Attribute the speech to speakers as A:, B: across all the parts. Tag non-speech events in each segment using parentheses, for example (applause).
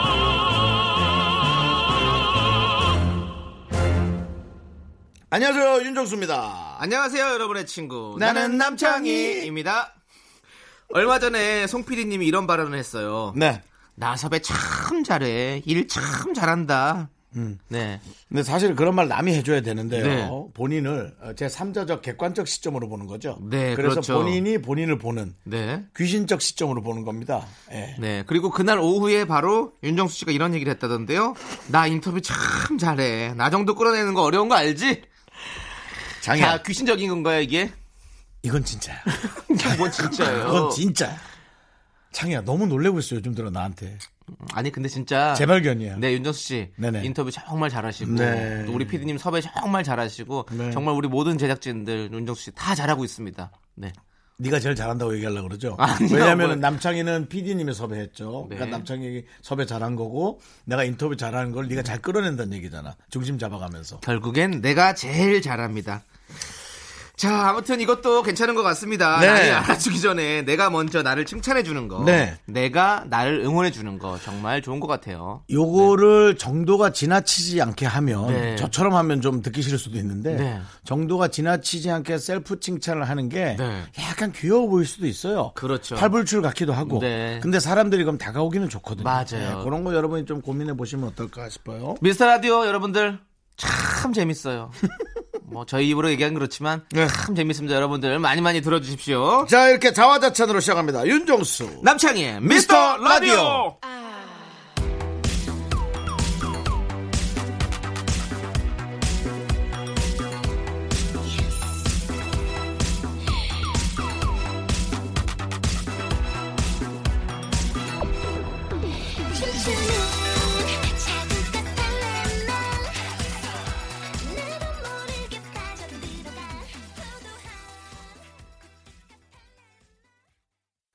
A: 안녕하세요 윤정수입니다.
B: 안녕하세요, 여러분의 친구.
A: 나는
B: 나는 남창희입니다. 얼마 전에 송 PD님이 이런 발언을 했어요.
A: 네.
B: 나섭에 참 잘해. 일 참 잘한다.
A: 음.
B: 네.
A: 근데 사실 그런 말 남이 해줘야 되는데요.
B: 네.
A: 본인을 어, 제 3자적 객관적 시점으로 보는 거죠.
B: 네,
A: 그래서
B: 그렇죠.
A: 본인이 본인을 보는
B: 네.
A: 귀신적 시점으로 보는 겁니다. 예.
B: 네. 그리고 그날 오후에 바로 윤정수 씨가 이런 얘기를 했다던데요. 나 인터뷰 참 잘해. 나 정도 끌어내는 거 어려운 거 알지?
A: 장이야,
B: 자, 귀신적인 건가요, 이게? (laughs)
A: 이건 진짜야.
B: 이건 진짜예요.
A: 그건 진짜야. 창이야, 너무 놀래고 있어 요즘 들어 나한테.
B: 아니, 근데 진짜.
A: 재발견이야.
B: 네, 윤정수 씨.
A: 예. 네네.
B: 인터뷰 정말 잘하시고.
A: 네.
B: 또 우리 피디님 섭외 정말 잘하시고.
A: 네.
B: 정말 우리 모든 제작진들 윤정수 씨 다 잘하고 있습니다. 네.
A: 네가 제일 잘한다고 얘기하려고 그러죠.
B: 아니요,
A: 왜냐하면
B: 뭘.
A: 남창희는 PD님이 섭외했죠.
B: 네.
A: 그러니까 남창희 섭외 잘한 거고 내가 인터뷰 잘하는 걸 네가 잘 끌어낸다는 얘기잖아. 중심 잡아가면서.
B: 결국엔 내가 제일 잘합니다. 자, 아무튼 이것도 괜찮은 것 같습니다.
A: 네.
B: 나이 알아주기 전에 내가 먼저 나를 칭찬해 주는 거.
A: 네.
B: 내가 나를 응원해 주는 거 정말 좋은 것 같아요.
A: 요거를 정도가 지나치지 않게 하면
B: 네.
A: 저처럼 하면 좀 듣기 싫을 수도 있는데
B: 네.
A: 정도가 지나치지 않게 셀프 칭찬을 하는 게
B: 네.
A: 약간 귀여워 보일 수도 있어요.
B: 그렇죠.
A: 팔불출 같기도 하고.
B: 네.
A: 근데 사람들이 그럼 다가오기는 좋거든요. 네,
B: 맞아요.
A: 그런 거 여러분이 좀 고민해 보시면 어떨까 싶어요.
B: 미스터 라디오 여러분들 참 재밌어요. 뭐 저희 입으로 얘기하긴 그렇지만 참 재밌습니다. 여러분들 많이 많이 들어주십시오.
A: 자 이렇게 자화자찬으로 시작합니다. 윤정수.
B: 남창희의 미스터 라디오.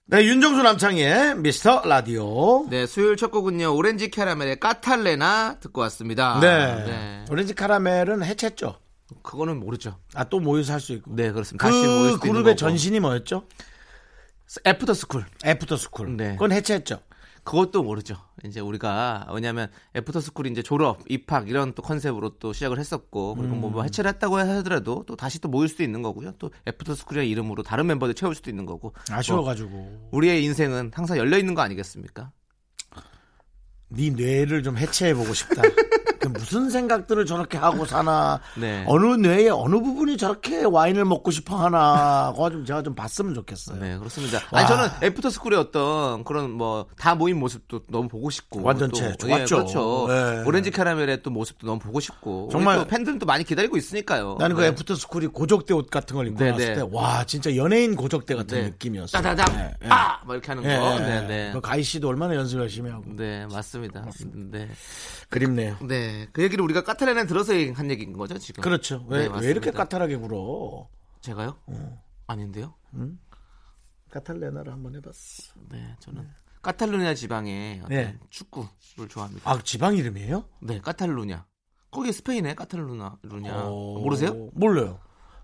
A: 네 윤정수 남창희의 미스터 라디오.
B: 네, 수요일 첫 곡은요. 오렌지 캐러멜의 까탈레나 듣고 왔습니다.
A: 네.
B: 네.
A: 오렌지 카라멜은 해체죠.
B: 그거는 모르죠.
A: 아 또 모여서 할 수 있고.
B: 네, 그렇습니다. 같이 모일
A: 그
B: 수도 있는
A: 그룹의
B: 거고.
A: 전신이 뭐였죠?
B: 애프터 스쿨.
A: 애프터 스쿨.
B: 네.
A: 그건 해체했죠.
B: 그것도 모르죠. 이제 우리가 왜냐하면 애프터 스쿨이 이제 졸업, 입학 이런 또 컨셉으로 또 시작을 했었고 그리고 뭐, 뭐 해체를 했다고 하더라도 또 다시 또 모일 수도 있는 거고요. 또 애프터 스쿨의 이름으로 다른 멤버들 채울 수도 있는 거고. 뭐
A: 아쉬워가지고
B: 우리의 인생은 항상 열려 있는 거 아니겠습니까?
A: 네 뇌를 좀 해체해보고
B: (laughs)
A: 싶다. 그 무슨 생각들을 저렇게 하고 사나
B: 네.
A: 어느 뇌의 어느 부분이 저렇게 와인을 먹고 싶어 하나 그거 좀 제가 좀 봤으면 좋겠어요.
B: 네, 그렇습니다.
A: 와.
B: 아니 저는 애프터 스쿨의 어떤 그런 뭐 다 모인 모습도 너무 보고 싶고
A: 완전체
B: 또,
A: 좋았죠.
B: 예, 그렇죠.
A: 네.
B: 오렌지 카라멜의 또 모습도 너무 보고 싶고
A: 정말.
B: 정말 팬들은 또 많이 기다리고 있으니까요.
A: 나는 그
B: 네.
A: 애프터 스쿨이 고적대 옷 같은 걸 입고
B: 네,
A: 나왔을
B: 네.
A: 때 와 진짜 연예인 고적대 같은
B: 네.
A: 느낌이었어요.
B: 따다닥
A: 네, 네.
B: 아! 막 이렇게 하는
A: 예,
B: 거.
A: 예,
B: 네,
A: 예.
B: 네.
A: 그 가희 씨도 얼마나 연습 열심히 하고
B: 네, 맞습니다. 네.
A: 그립네요.
B: 네. 그 얘기를 우리가 까탈레나 들어서 한 얘기인 거죠, 지금?
A: 그렇죠.
B: 네,
A: 왜, 왜
B: 맞습니다.
A: 이렇게 까탈하게 굴어?
B: 제가요? 아닌데요?
A: 까탈레나를 한번 해봤어.
B: 네, 저는 카탈루냐 지방의 어떤
A: 네.
B: 축구를 좋아합니다.
A: 아 지방 이름이에요?
B: 네, 카탈루냐. 거기 스페인에 카탈루냐 루냐
A: 어.
B: 모르세요?
A: 몰라요.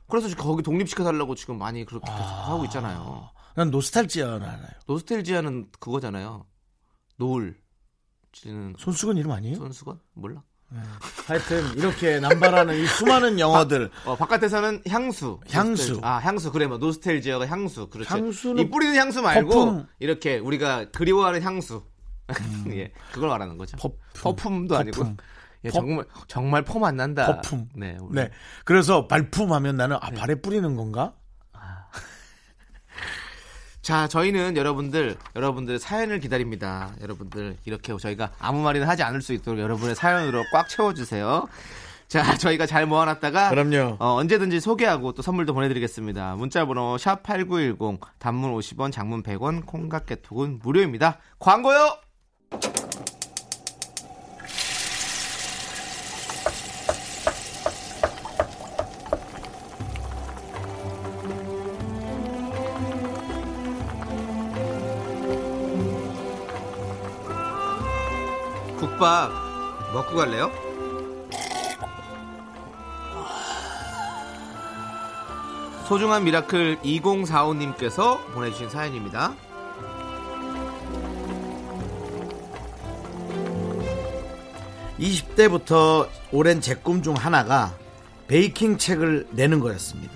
B: 그래서 지금 거기 독립시켜 달라고 지금 많이 그렇게 계속 하고 있잖아요.
A: 난 노스탈지아는 알아요.
B: 노스텔지아는 그거잖아요. 노을 지는
A: 손수건 이름 아니에요? 네.
B: 손수건 몰라.
A: 하여튼 이렇게 남발하는 이 수많은 영어들
B: 어, 바깥에서는 향수.
A: 향수.
B: 노스텔- 아, 향수. 그래, 뭐, 노스텔지아가 향수. 그렇지.
A: 향수는
B: 이 뿌리는 향수 말고,
A: 거품. 음.
B: 이렇게 우리가 그리워하는 향수. (laughs) 예, 그걸 말하는 거죠.
A: 퍼퓸.
B: 도 아니고.
A: 퍼퓸.
B: 예,
A: 퍼-
B: 정말, 정말 폼 안 난다.
A: 거품.
B: 네. 우리.
A: 네. 그래서 발품하면 나는 아 발에 뿌리는 건가?
B: 자, 저희는 여러분들, 여러분들 사연을 기다립니다. 여러분들, 이렇게 저희가 아무 말이나 하지 않을 수 있도록 여러분의 사연으로 꽉 채워주세요. 자, 저희가 잘 모아놨다가.
A: 그럼요.
B: 어, 언제든지 소개하고 또 선물도 보내드리겠습니다. 문자번호 샵8910, 단문 50원, 장문 100원, 콩깍개톡은 무료입니다. 광고요! 국밥 먹고 갈래요? 소중한 미라클 2045님께서 보내주신 사연입니다.
A: 이십 대부터 오랜 제 꿈 중 하나가 베이킹 책을 내는 거였습니다.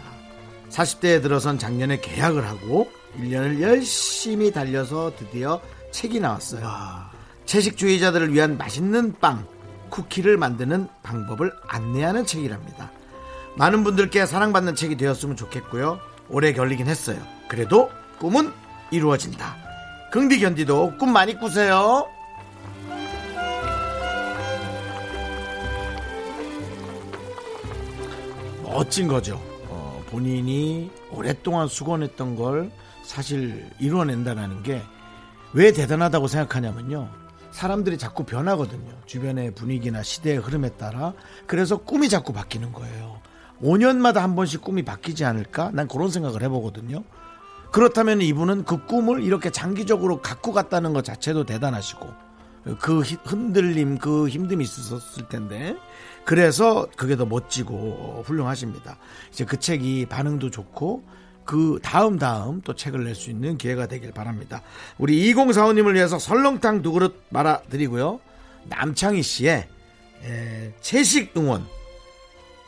A: 40대에 들어선 작년에 계약을 하고 1년을 열심히 달려서 드디어 책이 나왔어요. 채식주의자들을 위한 맛있는 빵, 쿠키를 만드는 방법을 안내하는 책이랍니다. 많은 분들께 사랑받는 책이 되었으면 좋겠고요. 오래 걸리긴 했어요. 그래도 꿈은 이루어진다. 긍디 견디도 꿈 많이 꾸세요. 멋진 거죠. 어, 본인이 오랫동안 수건했던 걸 사실 이뤄낸다는 게 왜 대단하다고 생각하냐면요. 사람들이 자꾸 변하거든요. 주변의 분위기나 시대의 흐름에 따라. 그래서 꿈이 자꾸 바뀌는 거예요. 5년마다 한 번씩 꿈이 바뀌지 않을까? 난 그런 생각을 해보거든요. 그렇다면 이분은 그 꿈을 이렇게 장기적으로 갖고 갔다는 것 자체도 대단하시고 그 히- 흔들림, 그 힘듦이 있었을 텐데 그래서 그게 더 멋지고 훌륭하십니다. 이제 그 책이 반응도 좋고 그 다음 다음 또 책을 낼 수 있는 기회가 되길 바랍니다. 우리 2045님을 위해서 설렁탕 두 그릇 말아드리고요. 남창희 씨의 에, 채식 응원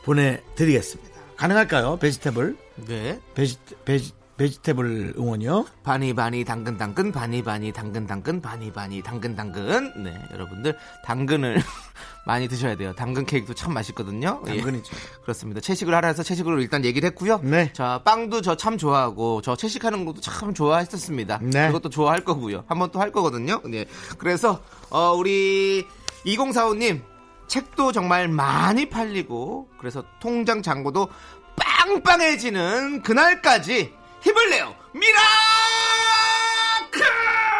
A: 보내드리겠습니다. 가능할까요? 베지테블?
B: 네.
A: 베지, 베지, 베지테블 응원이요.
B: 바니 바니 당근 당근 바니 바니 당근 당근 바니 바니 당근 당근 네 여러분들 당근을 (laughs) 많이 드셔야 돼요 당근 케이크도 참 맛있거든요 예.
A: 당근이죠.
B: 그렇습니다 채식을 하라 해서 채식으로 일단 얘기를 했고요
A: 네.
B: 자 빵도 저 참 좋아하고 저 채식하는 것도 참 좋아했었습니다
A: 네.
B: 그것도 좋아할 거고요 한번 또 할 거거든요 네 그래서 어, 우리 2045님 책도 정말 많이 팔리고 그래서 통장 잔고도 빵빵해지는 그날까지 힘을 내요 미라클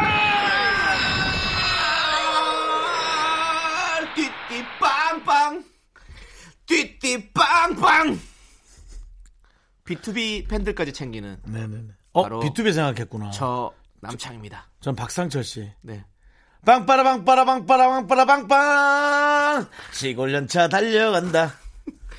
B: 띠띠 빵빵 띠띠 빵빵 B2B 팬들까지 챙기는
A: 네네네. 어,
B: 바로
A: 비투비 생각했구나.
B: 저 남창입니다.
A: 전 박상철 씨.
B: 네.
A: 빵빠라빵빠라빵빠라빵빠라빵빵 시골 연차 달려간다.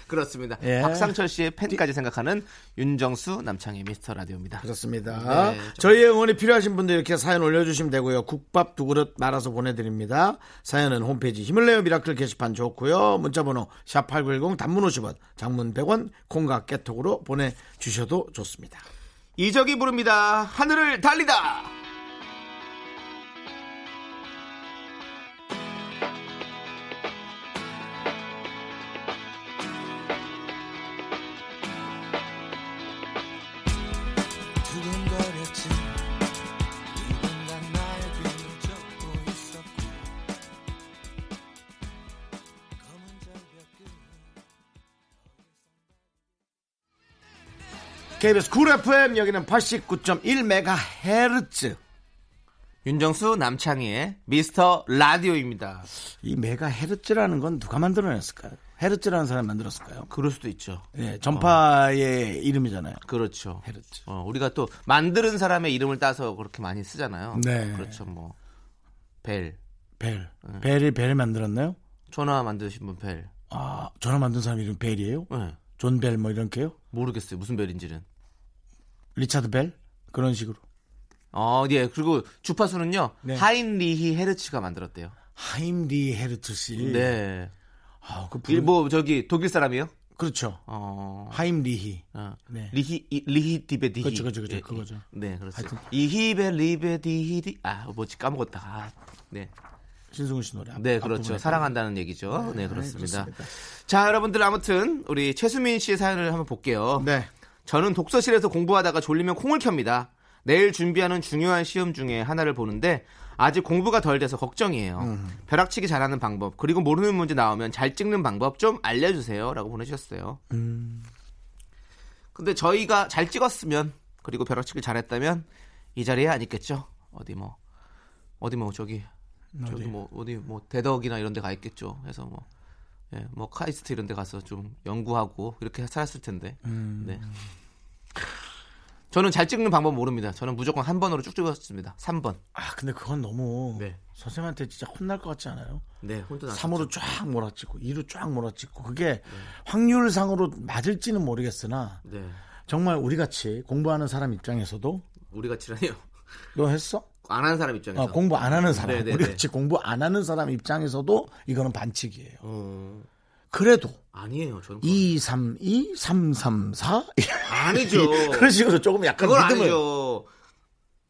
B: 그렇습니다.
A: 예.
B: 박상철 씨의 팬까지 생각하는 윤정수 남창희 미스터 라디오입니다.
A: 그렇습니다.
B: 네, 좀-
A: 저희의 응원이 필요하신 분들 이렇게 사연 올려주시면 되고요. 국밥 두 그릇 말아서 보내드립니다. 사연은 홈페이지 힘을 내요 미라클 게시판 좋고요. 문자번호 샵8910 단문 50원, 장문 100원, 콩과 깨톡으로 보내주셔도 좋습니다.
B: 이적이 부릅니다. 하늘을 달리다.
A: KBS 쿨 FM 여기는 89.1MHz
B: 윤정수 남창희의 미스터 라디오입니다.
A: 이 메가헤르츠라는 건 누가 만들어냈을까요? 헤르츠라는 사람이 만들었을까요?
B: 그럴 수도 있죠.
A: 예, 전파의 이름이잖아요.
B: 그렇죠.
A: 헤르츠.
B: 어, 우리가 또 만드는 사람의 이름을 따서 그렇게 많이 쓰잖아요.
A: 네.
B: 그렇죠. 뭐 벨.
A: 벨.
B: 네.
A: 벨이 벨을 만들었나요?
B: 전화 만드신 분 벨.
A: 아, 전화 만든 사람 이름 벨이에요?
B: 네.
A: 존 벨 뭐 이런 게요?
B: 모르겠어요. 무슨 벨인지는.
A: 리차드 벨? 그런 식으로.
B: 어, 예. 그리고 주파수는요.
A: 네.
B: 하인리히 헤르츠가 만들었대요.
A: 하임디 헤르츠 씨.
B: 네.
A: 아, 그 분...
B: 일본 뭐, 저기 독일 사람이요?
A: 그렇죠.
B: 어.
A: 하임리히.
B: 어.
A: 네.
B: 리히 이- 리히 디베디히.
A: 그렇죠, 그렇죠, 그렇죠.
B: 예, 예.
A: 그거죠.
B: 네, 그렇습니다. 이히베 리베디히디. 아, 뭐지 까먹었다. 아, 네.
A: 신승훈 씨 노래. 앞-
B: 네, 그렇죠.
A: 앞부분에.
B: 사랑한다는 얘기죠. 네, 그렇습니다.
A: 그렇습니다.
B: 자, 여러분들 아무튼 우리 최수민 씨의 사연을 한번 볼게요.
A: 네.
B: 저는 독서실에서 공부하다가 졸리면 콩을 켭니다. 내일 준비하는 중요한 시험 중에 하나를 보는데 아직 공부가 덜 돼서 걱정이에요. 벼락치기 잘하는 방법 그리고 모르는 문제 나오면 잘 찍는 방법 좀 알려주세요라고 보내주셨어요. 음. 근데 저희가 잘 찍었으면 그리고 벼락치기 잘했다면 이 자리에 안 있겠죠. 어디 뭐 어디 뭐 저기 저기 뭐 어디 뭐 대덕이나 이런 데 가 있겠죠. 그래서 뭐 예, 뭐 카이스트 음. 이런 데 가서 좀 연구하고 이렇게 살았을 텐데. 네. 저는 잘 찍는 방법 모릅니다. 저는 무조건 한 번으로 쭉 찍었습니다. 3번.
A: 아 근데 그건 너무
B: 네.
A: 선생님한테 진짜 혼날 것 같지 않아요?
B: 네, 혼돈
A: 3으로 쫙 몰아찍고 2로 쫙 몰아찍고 그게 확률상으로 맞을지는 모르겠으나
B: 네.
A: 정말 우리같이 공부하는 사람 입장에서도
B: 우리가 지랄이요. (laughs)
A: 너 했어?
B: 안 하는 사람 입장에서.
A: 아, 공부 안 하는 사람
B: 네네네.
A: 우리같이 공부 안 하는 사람 입장에서도 이거는 반칙이에요
B: 어,
A: 그래도
B: 아니에요. 저는
A: 2, 3, 2, 3, 3, 4 (laughs)
B: 아니죠.
A: 그런 식으로 조금 약간
B: 그건
A: 믿음을
B: 아니죠.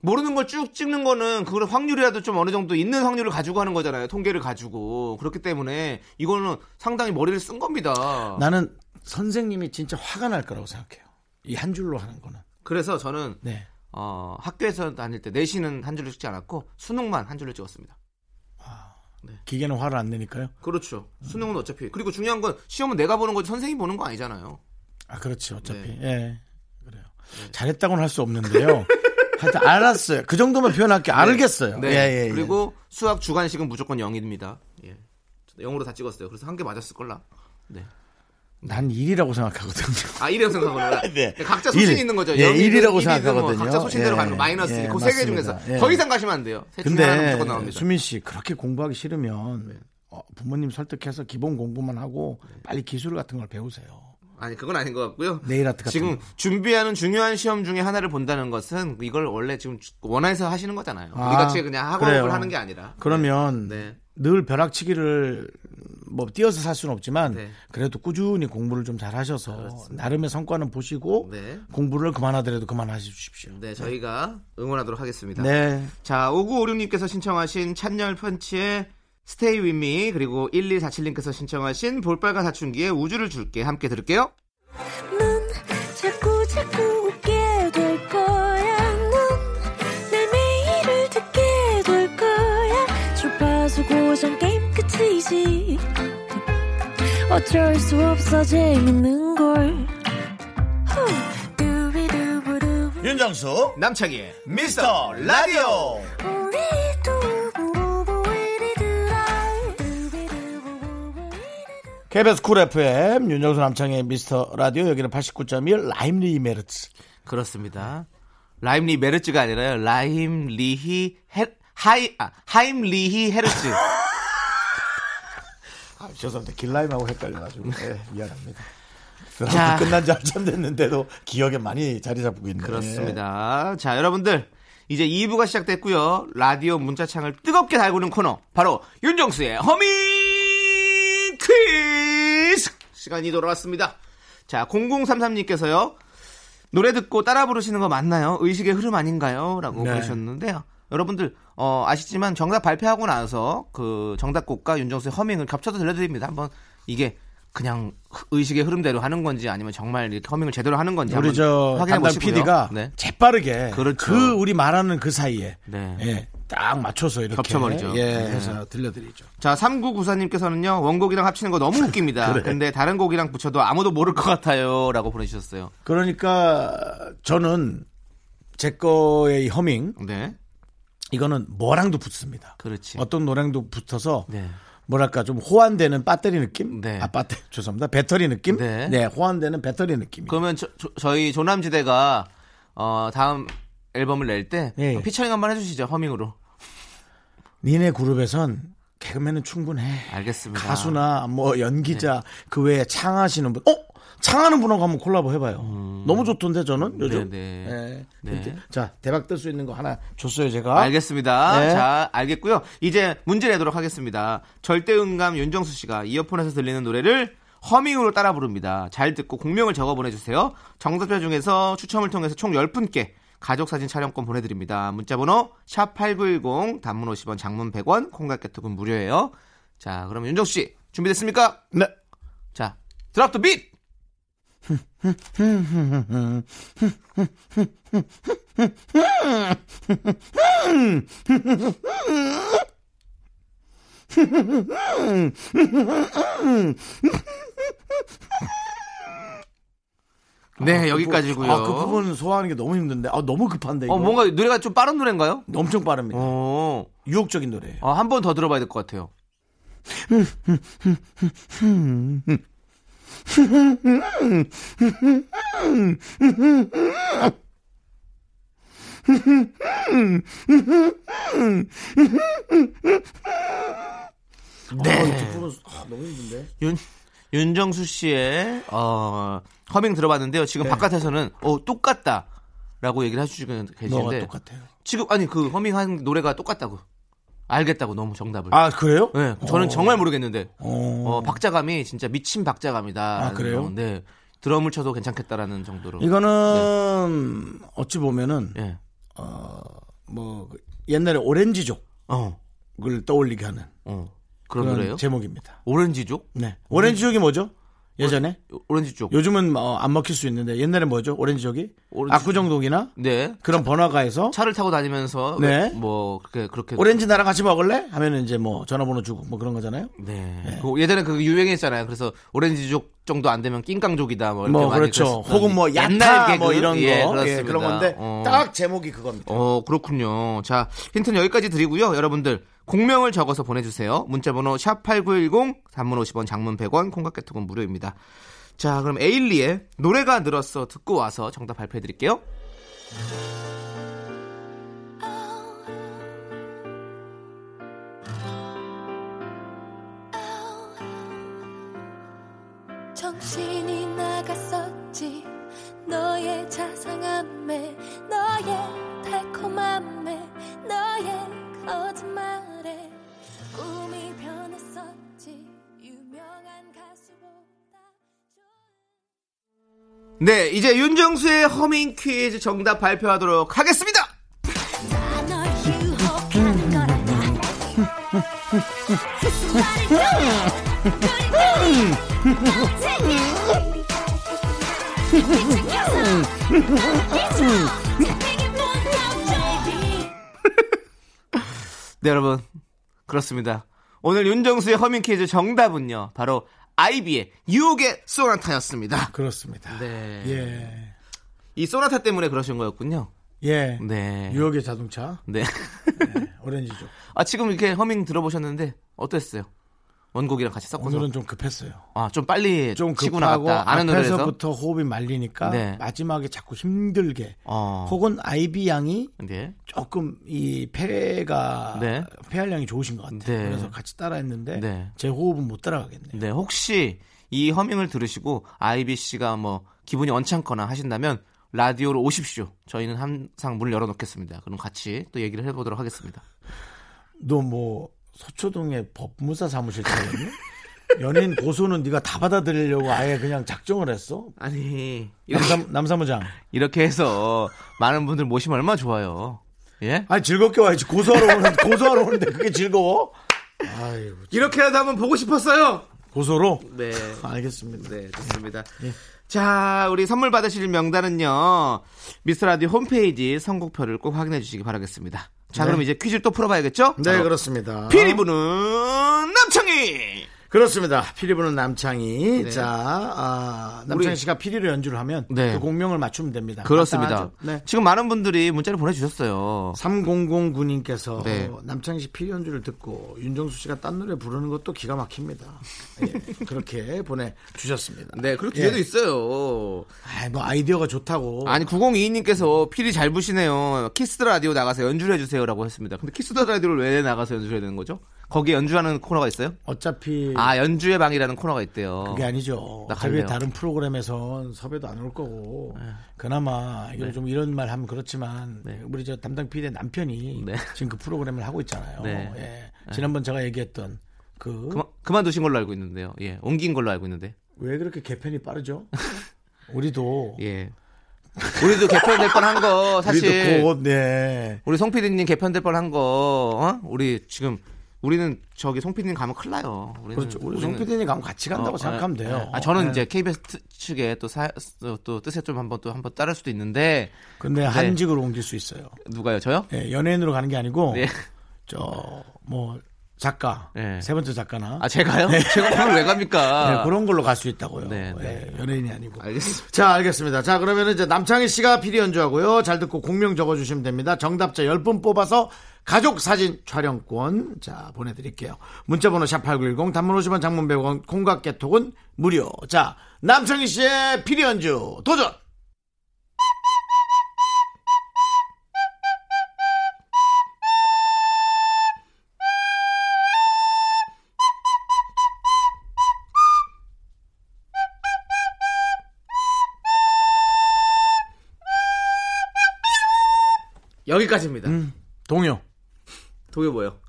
B: 모르는 걸 쭉 찍는 거는 그걸 확률이라도 좀 어느 정도 있는 확률을 가지고 하는 거잖아요. 통계를 가지고. 그렇기 때문에 이거는 상당히 머리를 쓴 겁니다.
A: 나는 선생님이 진짜 화가 날 거라고 생각해요 이 한 줄로 하는 거는
B: 그래서 저는
A: 네
B: 어, 학교에서 다닐 때 내신은 한 줄로 찍지 않았고 수능만 한 줄로 찍었습니다.
A: 기계는 화를 안 내니까요
B: 그렇죠. 수능은 어차피 그리고 중요한 건 시험은 내가 보는 거지 선생님이 보는 거 아니잖아요.
A: 아 그렇지 어차피
B: 네.
A: 예 그래요 잘했다고는 할 수
B: (laughs)
A: 없는데요 하여튼 알았어요 그 정도만 표현할게 알겠어요
B: 네.
A: 예, 예, 예.
B: 그리고 수학 주관식은 무조건 0입니다. 예. 0으로 다 찍었어요. 그래서 한 개 맞았을 걸라. 네.
A: 난 일이라고
B: (laughs)
A: 생각하거든요 (laughs)
B: 아, 1이라고 생각하구나.
A: 네.
B: 각자 소신이
A: 일.
B: 있는 거죠.
A: 예,
B: 영이든
A: 일이라고
B: 일이든
A: 생각하거든요.
B: 각자 소신대로
A: 예,
B: 가면 마이너스
A: 예,
B: 있고 세 개
A: 맞습니다.
B: 중에서
A: 예.
B: 더 이상 가시면 안 돼요. 세 중에 하나
A: 근데
B: 무조건 나옵니다. 네.
A: 수민 씨 그렇게 공부하기 싫으면 어, 부모님 설득해서 기본 공부만 하고 빨리 기술 같은 걸 배우세요
B: 아니, 그건 아닌 것 같고요.
A: 네일 아트 같은
B: 지금
A: 거.
B: 준비하는 중요한 시험 중에 하나를 본다는 것은 이걸 원래 지금 원해서 하시는 거잖아요.
A: 아,
B: 우리 같이 그냥 학원을
A: 그래요.
B: 하는 게 아니라.
A: 그러면
B: 네.
A: 늘 벼락치기를 뭐 띄어서 살 수는 없지만
B: 네.
A: 그래도 꾸준히 공부를 좀 잘 하셔서 나름의 성과는 보시고
B: 네.
A: 공부를 그만하더라도 그만하십시오.
B: 네, 저희가 응원하도록 하겠습니다.
A: 네.
B: 자, 5956님께서 신청하신 찬열 펀치의 스테이 윗미 그리고 1147님께서 신청하신 볼빨간 사춘기의 우주를 줄게 함께 들을게요.
C: 넌 자꾸 자꾸 웃게 될 거야. 넌내 매일을 듣게 될 거야. 주파수 고정 게임 끝이지. 어쩔 수 없어 재밌는 걸. 후. 두비두부두.
A: 윤정수
B: 남창희의 미스터 라디오
C: 우리 두부부부 우리들아. 두비두부부부 우리들아.
A: KBS 쿨 FM 윤정수 남창의 미스터 라디오 여기는 89.1 라임리 메르츠
B: 그렇습니다. 라임리 메르츠가 아니라요. 라임 리히 헤 하이 아, 하임 리히 헤르츠.
A: 아, 죄송합니다 길라임하고 헷갈려가지고 네, 미안합니다
B: 자.
A: 끝난 지 한참 됐는데도 기억에 많이 자리 잡고 있네요
B: 그렇습니다. 자, 여러분들 이제 2부가 시작됐고요. 라디오 문자창을 뜨겁게 달구는 코너 바로 윤정수의 허밍 퀴즈 시간이 돌아왔습니다. 자, 0033님께서요. 노래 듣고 따라 부르시는 거 맞나요? 의식의 흐름 아닌가요? 라고
A: 네.
B: 보내셨는데요. 여러분들 어, 아시지만 정답 발표하고 나서 그 정답곡과 윤정수의 허밍을 겹쳐서 들려드립니다. 한번 이게 그냥 흐- 의식의 흐름대로 하는 건지 아니면 정말 이렇게 허밍을 제대로 하는 건지
A: 네. 우리
B: 한번
A: 저
B: 확인해
A: 담당
B: 보시고요.
A: PD가
B: 네.
A: 재빠르게 그
B: 그렇죠.
A: 우리 말하는 그 사이에
B: 네.
A: 예, 딱 맞춰서 이렇게
B: 겹쳐버리죠.
A: 예,
B: 네.
A: 해서 들려드리죠.
B: 자, 3994님께서는요, 원곡이랑 합치는 거 너무 웃깁니다.
A: 네.
B: 근데 다른 곡이랑 붙여도 아무도 모를 것 같아요. 라고 보내주셨어요.
A: 그러니까 저는 제 거의 허밍
B: 네.
A: 이거는 뭐랑도 붙습니다.
B: 그렇지.
A: 어떤 음. 노랑도 붙어서
B: 네.
A: 뭐랄까 좀 호환되는 배터리 느낌?
B: 네.
A: 아 배터 죄송합니다. 배터리 느낌?
B: 네.
A: 호환되는 배터리 느낌.
B: 그러면 저, 희 조남지대가, 어, 다음 앨범을 낼 때,
A: 예, 예.
B: 피처링 한번 해주시죠. 허밍으로.
A: 니네 그룹에선 개그맨은 충분해.
B: 알겠습니다.
A: 가수나 뭐
B: 네.
A: 연기자 그 외에 창하시는 분, 어 창하는 분하고 한번 콜라보 해봐요. 너무 좋던데 저는 요즘.
B: 음. 네,
A: 예.
B: 네.
A: 이제 자 대박 뜰 수 있는 거 하나 줬어요 제가.
B: 알겠습니다.
A: 네.
B: 자, 알겠고요. 이제 문제 내도록 하겠습니다. 절대음감 윤정수 씨가 이어폰에서 들리는 노래를 허밍으로 따라 부릅니다. 잘 듣고 공명을 적어 보내주세요. 정답자 중에서 추첨을 통해서 총 10분께 가족사진 촬영권 보내드립니다. 문자번호 샵8910 단문 50원 장문 100원 콩깍개톡은 무료예요. 자, 그러면 윤정수 씨 준비됐습니까?
A: 네.
B: 자, 드랍 더 빛! 네, 여기까지고요.
A: 아그 부분 소화하는 게 너무 힘든데. 아 너무 급한데. 이거.
B: 어, 뭔가 노래가 좀 빠른 노래인가요?
A: 엄청 빠릅니다.
B: 어,
A: 유혹적인 노래예요.
B: 아, 한 번 더 들어봐야 될 것 같아요.
A: 네. 너무 힘든데.
B: 윤 윤정수 씨의 어, 커밍 들어봤는데요. 지금
A: 네.
B: 바깥에서는 어 똑같다라고 얘기를 해주시고
A: 너가
B: 계신데
A: 똑같아요.
B: 지금 아니 그 허밍한 노래가 똑같다고 알겠다고 너무 정답을.
A: 아 그래요?
B: 네, 저는 정말 모르겠는데
A: 어.
B: 어, 박자감이 진짜 미친 박자감이다.
A: 아, 그래요?
B: 네, 드럼을 쳐도 괜찮겠다라는 정도로.
A: 이거는 음. 어찌 보면은
B: 예.
A: 뭐그 옛날에 오렌지족을
B: 어,
A: 떠올리게 하는
B: 어. 그런
A: 그런
B: 노래요?
A: 제목입니다.
B: 오렌지족?
A: 네. 오렌지족이 뭐죠? 예전에?
B: 오렌지족.
A: 요즘은 어, 안 먹힐 수 있는데 옛날에 뭐죠? 오렌지족이?
B: 오렌지족.
A: 압구정동이나
B: 네.
A: 그런 번화가에서
B: 차를 타고 다니면서
A: 네.
B: 뭐 그렇게 그렇게
A: 오렌지 나랑 같이 먹을래? 하면은 이제 뭐 전화번호 주고 뭐 그런 거잖아요.
B: 네. 그 예전에 그 유행했잖아요. 그래서 오렌지족 정도 안 되면 낑깡족이다. 뭐, 이렇게
A: 뭐
B: 많이
A: 그렇죠.
B: 그랬었던
A: 혹은 뭐
B: 옛날
A: 야타
B: 개그?
A: 뭐 이런 거.
B: 예,
A: 예,
B: 그렇습니다.
A: 그런 건데
B: 어.
A: 딱 제목이 그겁니다.
B: 어, 그렇군요. 자, 힌트는 여기까지 드리고요. 여러분들, 공명을 적어서 보내주세요. 문자번호 샵8910, 단문 50원, 장문 100원, 콩깍개톡은 무료입니다. 자, 그럼 에일리의 노래가 늘었어 듣고 와서 정답 발표해드릴게요.
C: Oh, oh. 정신이 나갔었지 너의 자상함에 너의 달콤함에 너의 거짓말에 꿈이 변했었지 유명한 가수보다
B: 네, 이제 윤정수의 허밍 퀴즈 정답 발표하도록 하겠습니다!
C: 다널 유혹하는 걸 알아 그 순간을 꿈에 그리그리 너를 챙겨 뒤척여서 뒤쳐 생명이 본격적이
B: 네, 여러분. 그렇습니다. 오늘 윤정수의 허밍 퀴즈 정답은요. 바로 아이비의 유혹의 소나타였습니다.
A: 그렇습니다.
B: 네.
A: 예.
B: 이 소나타 때문에 그러신 거였군요.
A: 예.
B: 네.
A: 뉴욕의 자동차.
B: 네. (laughs)
A: 네, 오렌지족.
B: 아 지금 이렇게 허밍 들어보셨는데 어땠어요? 원곡이랑 같이 섞어서
A: 오늘은 좀 급했어요.
B: 아좀 빨리
A: 좀
B: 치고
A: 급하고
B: 나갔다 아는 노래에서
A: 앞에서부터 호흡이 말리니까
B: 네.
A: 마지막에 자꾸 힘들게
B: 어.
A: 혹은 아이비 양이
B: 네.
A: 조금 이 폐가
B: 네.
A: 폐활량이 좋으신 것 같아요.
B: 네.
A: 그래서 같이 따라했는데
B: 네.
A: 제 호흡은 못 따라가겠네요.
B: 네 혹시 이 허밍을 들으시고 아이비 씨가 뭐 기분이 언짢거나 하신다면 라디오로 오십시오. 저희는 항상 문을 열어놓겠습니다. 그럼 같이 또 얘기를 해보도록 하겠습니다.
A: 너 뭐 서초동의 법무사 사무실 차렸니?
B: (laughs)
A: 연예인 고소는 네가 다 받아들이려고 아예 그냥 작정을 했어?
B: 아니 이렇게, (laughs)
A: 남사, 남사무장.
B: 이렇게 해서 많은 분들 모시면 얼마나 좋아요. 예?
A: 아니 즐겁게 와야지. 고소하러 오는데, 고소하러 오는데 그게 즐거워?
B: 이렇게라도 한번 보고 싶었어요.
A: 고소로?
B: 네.
A: 알겠습니다.
B: 네, 좋습니다. 자, 우리 선물 받으실 명단은요. 미스라디 홈페이지 선곡표를 꼭 확인해 주시기 바라겠습니다. 자, 그럼 이제 퀴즈를 또 풀어봐야겠죠?
A: 네, 그렇습니다.
B: 피리부는 남창희!
A: 그렇습니다. 피리 부는 남창희.
B: 네.
A: 자, 아, 남창희
B: 우리-
A: 씨가 피리로 연주를 하면
B: 네.
A: 그 공명을 맞추면 됩니다.
B: 그렇습니다.
A: 간단하죠? 네.
B: 지금 많은 분들이 문자를 보내주셨어요.
A: 3009님께서
B: 네.
A: 남창희 씨 피리 연주를 듣고 윤정수 씨가 딴 노래 부르는 것도 기가 막힙니다. 예, 그렇게 (laughs) 보내주셨습니다.
B: 네, 그렇게
A: 예.
B: 뒤에도 있어요.
A: 아이, 뭐 아이디어가 좋다고.
B: 아니, 9022님께서 피리 잘 부시네요. 키스드 라디오 나가서 연주를 해주세요라고 했습니다. 근데 키스드 라디오를 왜 나가서 연주를 해야 되는 거죠? 거기에 연주하는 코너가 있어요?
A: 어차피
B: 아, 연주의 방이라는 코너가 있대요.
A: 예. 그게 아니죠.
B: 어, 나
A: 섭외
B: 갈래요. 네.
A: 다른 프로그램에선 섭외도 안 올 거고. 그나마 이거 좀 이런 말 하면 그렇지만 우리 저 담당 PD의 남편이
B: 네.
A: 지금 그 프로그램을 하고 있잖아요.
B: 네.
A: 예. 지난번 제가 얘기했던 그 왜
B: 그만, 그만두신 걸로 알고 있는데요. 예, 옮긴 걸로 알고 있는데.
A: 그렇게 개편이
B: (laughs)
A: 빠르죠? 우리도
B: 예.
A: (laughs)
B: 우리도 개편될 뻔한 거 사실
A: 우리도 곧 네.
B: 우리 송 PD님 개편될 뻔한 거 어? 우리 지금 우리는 저기 송 PD님 가면 큰일 나요. 우리는,
A: 그렇죠. 우리 송
B: 음, 우리는-
A: PD님 가면 같이 간다고
B: 어,
A: 생각하면
B: 예,
A: 돼요. 네.
B: 예. 아, 저는 이제 KBS 트- 측에 또, 사, 또 뜻에 좀 한번 또 한번 따를 수도 있는데
A: 근데 한직으로 옮길 수 있어요.
B: 누가요? 저요?
A: 예, 연예인으로 가는 게 아니고
B: 네.
A: 저 뭐 작가
B: 네.
A: 세 번째 작가나
B: 아 제가요? 제가 오늘 왜 갑니까?
A: 네, 그런 걸로 갈 수 있다고요.
B: 아. 네, 네.
A: 예, 연예인이 아니고.
B: 알겠습니다.
A: 자, 알겠습니다. 자, 그러면 이제 남창희 씨가 피리 연주하고요. 잘 듣고 공명 적어주시면 됩니다. 정답자 10분 뽑아서 가족 사진 촬영권 자 보내드릴게요. 문자번호 샵8910 단문 50원 장문 100원 콩각개톡은 무료. 자, 남창희 씨의 피리 연주 도전!
B: 여기까지입니다.
A: 음. 동요.
B: 동요 뭐요?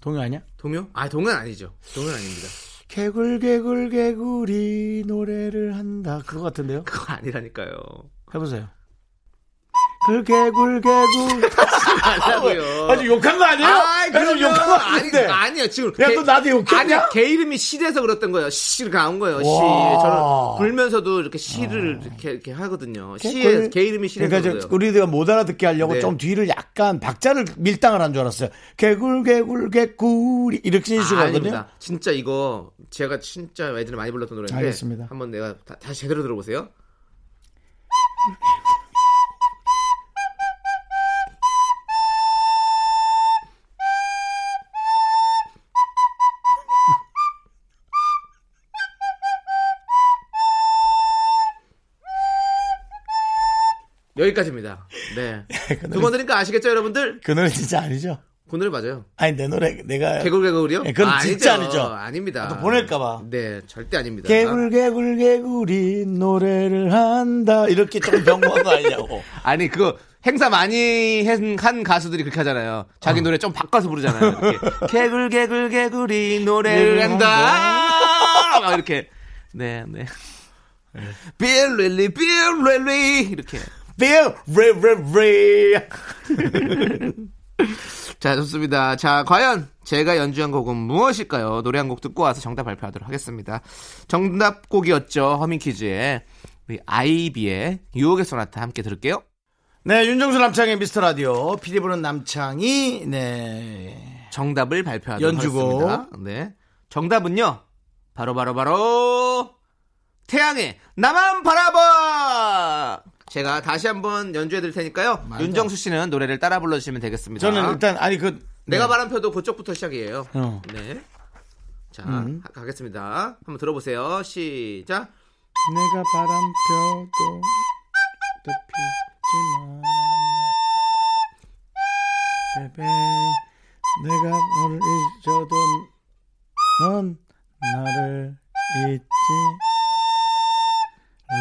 A: 동요 아니야?
B: 동요? 아 동요는 아니죠. 동요는 아닙니다.
A: 개굴 개굴 개굴이 노래를 한다. 그거 같은데요? (laughs)
B: 그거 아니라니까요.
A: 해보세요. 그 개굴 개굴.
B: 아니라고요.
A: 아주 욕한 거 아니에요?
B: 아이,
A: 그럼
B: 그럼요.
A: 욕한 거 아닌데.
B: 아니, 아니요 지금.
A: 야,
B: 개-
A: 너 나한테 욕했냐?
B: 아니, 걔 이름이 시래서 그랬던 거예요. 시 나온 거예요. 시.
A: 와. 아.
B: 저는 불면서도 이렇게 시를 이렇게, 이렇게 하거든요. 시에
A: 개굴.
B: 걔 이름이 시래서
A: 그, 그러니까
B: 그래요.
A: 이제 우리가 못 알아듣게 하려고
B: 네.
A: 좀 뒤를 약간 박자를 밀당을 한 줄 알았어요. 개굴 개굴 개굴이 이렇게
B: 아,
A: 해주거든요. (laughs)
B: 아닙니다. 진짜 이거 제가 진짜 애들이 많이 불렀던 노래인데
A: 알겠습니다.
B: 한번 내가 다, 다시 제대로 들어보세요. 여기까지입니다.
A: (laughs)
B: 네. 두 번 들으니까 아시겠죠, 여러분들?
A: 그 노래 진짜 아니죠?
B: 그 노래 맞아요.
A: 아니 내 노래 내가
B: 개굴개굴이요?
A: 예, 그건 진짜 아니죠.
B: 아닙니다.
A: 또 보낼까봐.
B: 네, 절대 아닙니다.
A: 개굴 개굴 개굴이 노래를 한다 이렇게 좀 병고한 거 아니냐고. (laughs)
B: 아니 그거 행사 많이 한, 한 가수들이 그렇게 하잖아요. 자기
A: 어.
B: 노래 좀 바꿔서
A: (laughs)
B: 부르잖아요. 이렇게. 개굴 개굴 개굴이 노래를 한다. 막 이렇게. 네, 네.
A: 예.
B: 빌릴리 빌릴리 이렇게.
A: Bill, re, re, re.
B: 자, 좋습니다. 자, 과연 제가 연주한 곡은 무엇일까요? 노래 한 곡 듣고 와서 정답 발표하도록 하겠습니다. 정답 곡이었죠. 허밍 퀴즈의 우리 아이비의 유혹의 소나타 함께 들을게요.
A: 네, 윤정수 남창의 미스터 라디오. 피디 보는 남창이, 네.
B: 정답을 발표하도록
A: 연주곡.
B: 하겠습니다. 네. 정답은요. 바로 바로 바로 태양의 나만 바라봐. 제가 다시 한번 연주해 드릴 테니까요.
A: 맞아.
B: 윤정수 씨는 노래를 따라 불러 주시면 되겠습니다.
A: 저는 일단, 아니, 그.
B: 내가
A: 네.
B: 바람 펴도 그쪽부터 시작이에요.
A: 어.
B: 네. 자, 하- 가겠습니다. 한번 들어보세요. 시작.
A: 내가 바람 펴도 덮이지 마. 베베, 내가 너를 잊어도 넌 나를 잊지.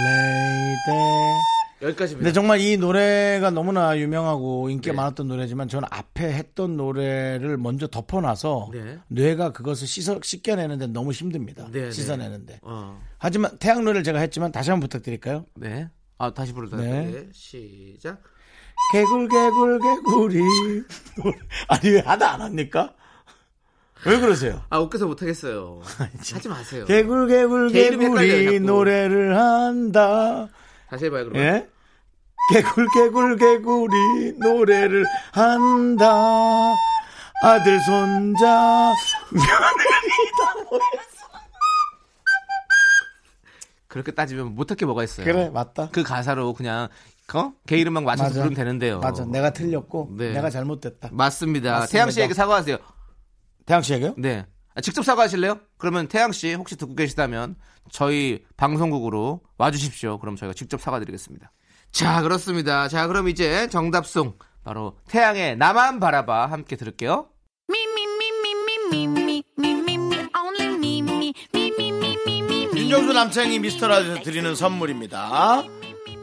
A: 레이데.
B: 여기까지입니다.
A: 근데 정말 이 노래가 너무나 유명하고 인기가
B: 네.
A: 많았던 노래지만 저는 앞에 했던 노래를 먼저 덮어놔서
B: 네.
A: 뇌가 그것을 씻어, 씻겨내는데 너무 힘듭니다.
B: 네, 네.
A: 씻어내는데.
B: 어.
A: 하지만 태양 노래를 제가 했지만 다시 한번 부탁드릴까요?
B: 네. 아, 다시 부르다.
A: 네.
B: 네. 시작.
A: 개굴 개굴 개굴이 노래. (laughs) 아니 왜 하다 안 합니까? 왜 그러세요?
B: 아, 웃겨서 못 (laughs) 하겠어요. 하지 마세요.
A: 개굴 개굴
B: 아, 개 이름이 헷갈려요,
A: 개굴이
B: 자꾸.
A: 노래를 한다.
B: 다시 해 봐요, 그러면.
A: 예? 개굴 개굴 개굴이 노래를 한다. 아들 손자 며느리다 뭐야?
B: 그렇게 따지면 못할 게 뭐가 있어요.
A: 그래 맞다.
B: 그 가사로 그냥 어? 걔 이름만 맞춰서
A: 맞아.
B: 부르면 되는데요.
A: 맞아. 내가 틀렸고
B: 네.
A: 내가 잘못됐다.
B: 맞습니다.
A: 맞습니다.
B: 태양 씨에게 사과하세요.
A: 태양 씨에게요?
B: 네. 아, 직접 사과하실래요? 그러면 태양 씨 혹시 듣고 계시다면 저희 방송국으로 와주십시오. 그럼 저희가 직접 사과드리겠습니다. 자, 그렇습니다. 자, 그럼 이제 정답송 바로 태양의 나만 바라봐 함께 들을게요.
C: Me, me, me, me, me, me, me, me, me, me, only me, me, me, me, me, me, me, me.
A: 윤정수 남창이 미스터라디오 드리는 선물입니다.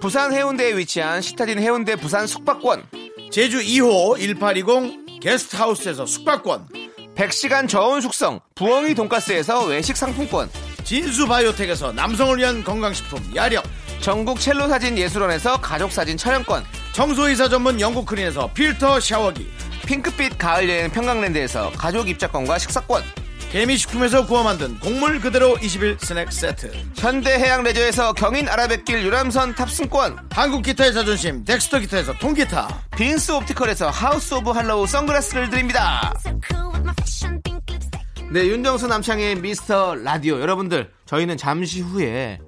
B: 부산 해운대에 위치한 시타딘 해운대 부산 숙박권,
A: 제주 2호 1820 게스트하우스에서 숙박권
B: 100시간 저온 숙성 부엉이 돈가스에서 외식 상품권.
A: 진수 바이오텍에서 남성을 위한 건강식품 야력
B: 전국 첼로 사진 예술원에서 가족 사진 촬영권,
A: 청소이사 전문 영국 크린에서 필터 샤워기
B: 핑크빛 가을 여행 평강랜드에서 가족 입장권과 식사권,
A: 개미식품에서 구워 만든 곡물 그대로 21 스낵 세트
B: 현대 해양 레저에서 경인 아라뱃길 유람선 탑승권,
A: 한국 기타의 자존심 덱스터 기타에서 통기타
B: 빈스 옵티컬에서 하우스 오브 할로우 선글라스를 드립니다.
C: So cool with my fashion pink lipstick.
B: 네, 윤정수 남창의 미스터 라디오 여러분들 저희는 잠시 후에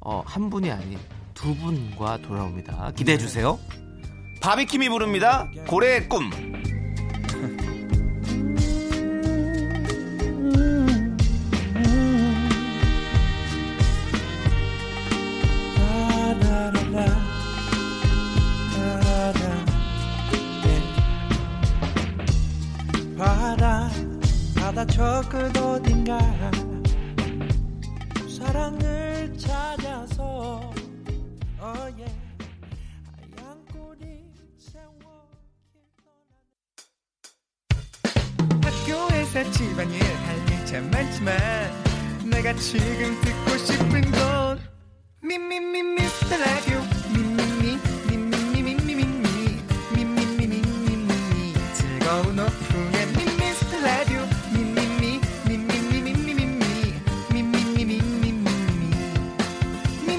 B: 어, 한 분이 아닌 두 분과 돌아옵니다. 기대해 주세요. 네. 바비킴이 부릅니다. 고래의 꿈.
D: 바다 바다 저 끝 어딘가 사랑을 찾아서 어예 하얀 꼬리 세워 회사 집안일 할 일 참 많지만 내가 지금 듣고 싶은 건 미미미 미스터 라디오 미미미 미미미 미미미 미미미 미미미 미미미 즐거운 오후에 미미스터 라디오 미미미 미미미 미미미 미미미 미미미 미미미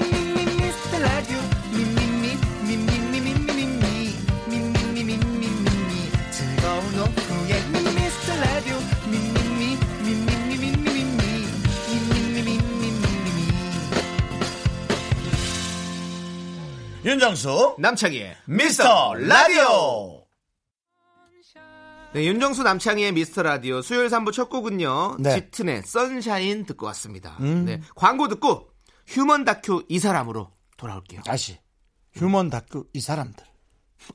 E: 윤정수
B: 남창희의
E: 미스터 라디오
B: 네, 윤정수 남창희의 미스터 라디오 수요일 3부 첫 곡은요.
A: 네. 음.
B: 짙은의 선샤인 듣고 왔습니다. 네, 광고 듣고 휴먼 다큐 이 사람으로 돌아올게요.
A: 다시 휴먼 다큐 이 사람들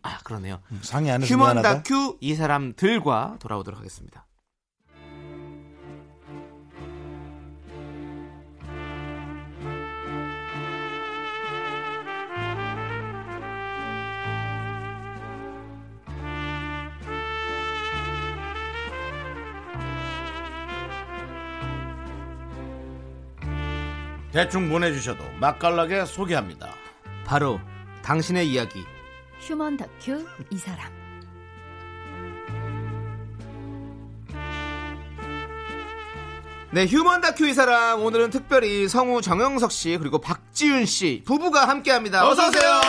B: 아, 그러네요.
A: 상의 안에서
B: 휴먼
A: 음. 미안하다.
B: 다큐 이 사람들과 돌아오도록 하겠습니다.
E: 대충 보내주셔도 맛깔나게 소개합니다
B: 바로 당신의 이야기.
F: 휴먼 다큐 이 사람
B: 네, 휴먼 다큐 이 사람 오늘은 특별히 성우 정영석 씨 그리고 박지윤 씨 부부가 함께 합니다. 어서 오세요.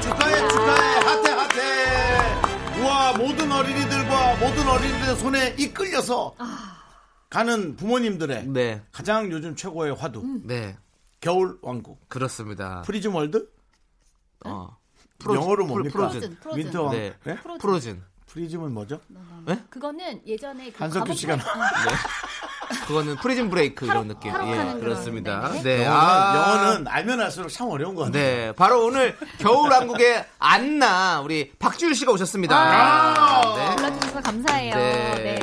E: 축하해 축하해
F: 아.
E: 하태 하태 우와 모든 어린이들과 모든 어린이들의 손에 이끌려서 가는 부모님들의
B: 네.
A: 가장 요즘 최고의 화두
B: 네.
A: 겨울 왕국
B: 그렇습니다.
A: 프리즘 월드
B: 어.
A: 영어로
B: 프로-
A: 뭡니까?
B: 프로즌.
F: 프로즌, 프로즌.
A: 윈터 왕
B: 네.
A: 네?
B: 프로즌.
A: 프리즘은 뭐죠?
F: 그거는 예전에 그
A: 한석규
F: 과목
A: 씨가
F: 발-
B: 그거는 프리즌 브레이크 이런 느낌.
F: 탈옥하는
B: 예,
F: 그런,
B: 그렇습니다.
F: 네네.
B: 네.
A: 영어는,
B: 아.
A: 영어는 알면 알수록 참 어려운 것 같아요
B: 네, 바로 오늘 겨울 왕국의 안나 우리 박지윤 씨가 오셨습니다.
F: 아,
B: 네.
F: 불러주셔서 감사해요.
B: 네.
F: 네.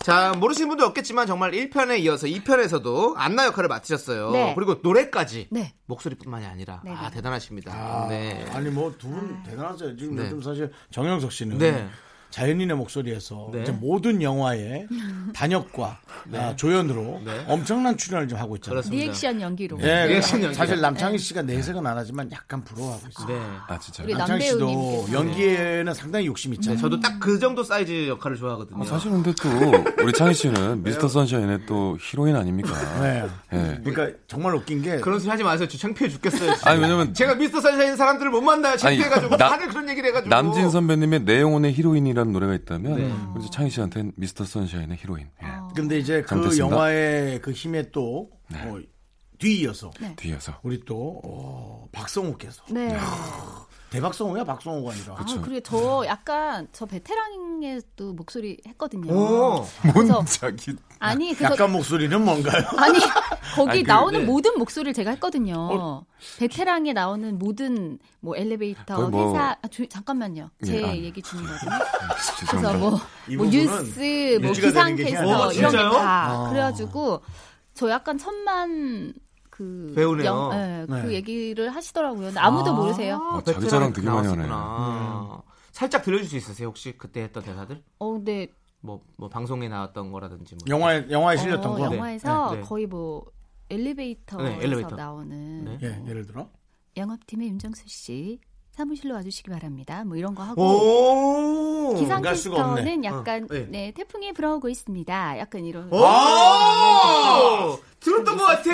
B: 자, 모르시는 분도 없겠지만 정말 1편에 이어서 2편에서도 안나 역할을 맡으셨어요.
F: 네.
B: 그리고 노래까지
F: 네.
B: 목소리뿐만이 아니라
F: 네,
B: 아,
F: 네.
B: 대단하십니다.
A: 아,
B: 네.
A: 아니 뭐 두 분 대단하죠 지금
B: 네.
A: 요즘 사실 정영석 씨는
B: 네.
A: 자연인의 목소리에서
B: 네.
A: 이제 모든 영화의
B: (laughs)
A: 단역과 아, 조연으로 엄청난 출연을 좀 하고 있잖아요
B: 네. 그렇습니다. 네.
F: 리액션 연기로
A: 예,
B: 리액션 연기.
A: 사실 남창희 씨가 내색은 안 하지만 약간 부러워하고 있어요.
B: 네.
G: 아 진짜요?
F: 우리
A: 남창희 씨도
F: 남배우님께서. 네.
A: 연기에는 상당히 욕심이 있잖아요.
B: 저도 딱 그 정도 사이즈 역할을 좋아하거든요.
G: 사실 근데 (laughs) 또 우리 창희 씨는 미스터 선샤인의 또 히로인 아닙니까?
A: 네.
G: 예.
A: 그러니까 정말 웃긴 게
B: 그런 소리 하지 마세요. 저 창피해 죽겠어요. 지금.
G: 아니 왜냐면
B: 제가 미스터 선샤인 사람들을 못 만나요. 창피해가지고
G: 아니, 나-
B: 다들 그런 얘기를 해가지고.
G: 남진 선배님의 내 영혼의 히로인이라는 노래가 있다면 우리 창희 씨한테는 미스터 선샤인의 히로인. 예.
A: 근데 이제 그
G: 잘못했습니다. 네.
A: 영화의 그 힘에 또 어, 뒤이어서
G: 뒤에서.
A: 우리 또 어, 박성우께서
F: 네.
A: 대박성우야 박성우가 아니라
F: 아, 그리고 저 약간 저 베테랑의 또 목소리 했거든요.
B: 오.
F: 그래서
G: 자기
F: 아니 그래서
A: 약간 목소리는 뭔가요? (laughs)
G: (laughs)
F: 아니 거기
G: 아니, 그,
F: 나오는
G: 네. 어.
F: 모든 목소리를 제가 했거든요. 베테랑에 나오는 모든 뭐 엘리베이터
G: 거의 뭐-
F: 회사 아, 조- 잠깐만요. 제
G: 예, 아.
F: 얘기 중이거든요. 그래서
G: 죄송합니다.
F: 뭐,
A: 이
F: 뭐
A: 부분은
F: 뉴스, 뭐
A: 유지가 되는 아. 게 희한하다.
F: 기상캐스터 이런
B: 어, 진짜요?
F: 게 다 그래가지고 저 약간 천만 그
B: 배우네요.
F: 예, 그
A: 네.
F: 얘기를 하시더라고요. 근데 아무도 모르세요.
G: 어, 자기 자랑 되게 많이 하네.
B: 나왔었구나. 살짝 들려줄 수 있으세요? 혹시 그때 했던 대사들?
F: 어, 근데
B: 뭐, 뭐 방송에 나왔던 거라든지 뭐.
A: 영화에 영화에 실렸던
F: 어,
A: 거.
F: 영화에서
B: 네, 네.
F: 거의 뭐 엘리베이터에서
B: 네, 엘리베이터.
F: 나오는
B: 네.
A: 예, 예를 들어.
F: 영업팀의 윤정수 씨 사무실로 와주시기 바랍니다. 뭐 이런 거 하고
B: 오.
A: 갈 수가 없네.
F: 기상캐스터는 약간
B: 어, 예.
F: 네, 태풍이 불어오고 있습니다. 약간 이런.
B: 오! 아! 들었던 것 같아.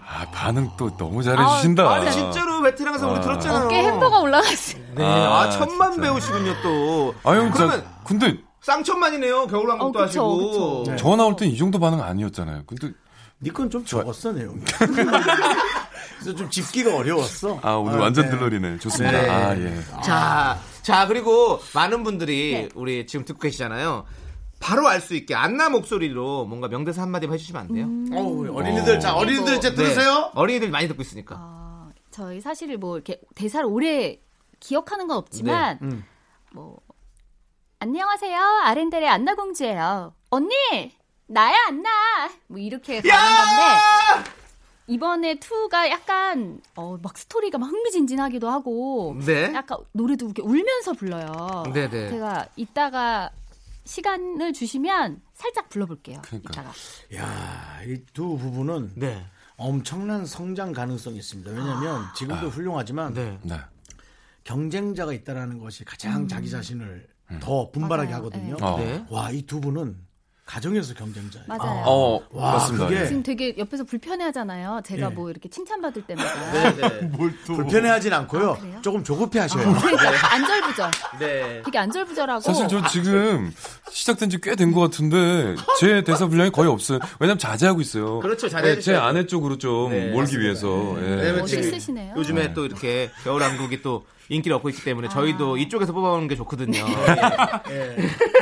G: 아 반응 또 너무 잘해주신다.
B: 아니 진짜로 베테랑에서 우리
G: 아.
B: 들었잖아요.
F: 어깨 햄버거 올라갔어. 요
B: 네. 아,
G: 아,
B: 천만
G: 진짜.
B: 배우시군요 또.
G: 아니, 형, 저-
B: 그러면
G: 근데
B: 쌍천만이네요.
F: 어,
B: 겨울왕국도
F: 그쵸,
B: 하시고.
F: 그쵸. 네.
G: 저 나올 땐 이 정도 반응 아니었잖아요. 근데
A: 니건좀 적었어 내용이. (laughs) 그래서 좀 짚기가 어려웠어.
G: 아 오늘
A: 아,
G: 완전
A: 네.
G: 들러리네. 좋습니다.
B: 네.
G: 아 예.
B: 자, 자 그리고 많은 분들이
F: 네.
B: 우리 지금 듣고 계시잖아요. 바로 알 수 있게 안나 목소리로 뭔가 명대사 한마디 만 해주시면 안 돼요?
A: 어우, 어린이들 자 음. 어린이들 이제
B: 네.
A: 들으세요.
B: 어린이들 많이 듣고 있으니까.
F: 아, 저희 사실 뭐 이렇게 대사를 오래 기억하는 건 없지만 뭐 안녕하세요 아렌델의 안나 공주예요. 언니 나야 안나 뭐 이렇게 가는 건데 이번에 투가 약간 어, 막 스토리가 막 흥미진진하기도 하고
B: 네.
F: 약간 노래도 이렇게 울면서 불러요.
B: 네네.
F: 제가 이따가 시간을 주시면 살짝 불러볼게요.
G: 그러니까.
F: 이따가.
A: 야, 이 두 부부는
B: 네.
A: 엄청난 성장 가능성이 있습니다. 왜냐하면
F: 아.
A: 지금도 훌륭하지만
B: 네.
G: 네.
A: 경쟁자가 있다라는 것이 가장 자기 자신을 더 분발하게
F: 음. 맞아요.
A: 하거든요.
G: 어.
B: 네.
A: 와, 이 두 분은 가정에서 경쟁자예요.
F: 맞아요.
G: 어,
A: 와,
G: 맞습니다.
A: 그게
G: 예.
F: 지금 되게 옆에서 불편해 하잖아요. 제가
A: 예.
F: 뭐 이렇게 칭찬받을 때마다.
G: 네.
A: 불편해하진 않고요.
F: 아, 그래요?
A: 조금 조급해 하셔요.
F: 그러니까 안절부절.
B: 네.
F: 되게 안절부절하고.
B: 어.
G: 사실
B: 아,
G: 저 지금 시작된 지 꽤 된 것 같은데 제
B: (laughs)
G: 대사 분량이 거의 없어요. 왜냐면 자제하고 있어요.
B: 그렇죠, 자제해
G: 네, 제
B: 주셔야 돼요.
G: 아내 쪽으로 좀
B: 네,
G: 몰기 위해서. 예.
B: 왜냐면 지금
F: 멋있으시네요.
B: 요즘에 또 이렇게 겨울왕국이 또 인기를 얻고 있기 때문에 저희도 이쪽에서 뽑아오는 게 좋거든요.
F: 네.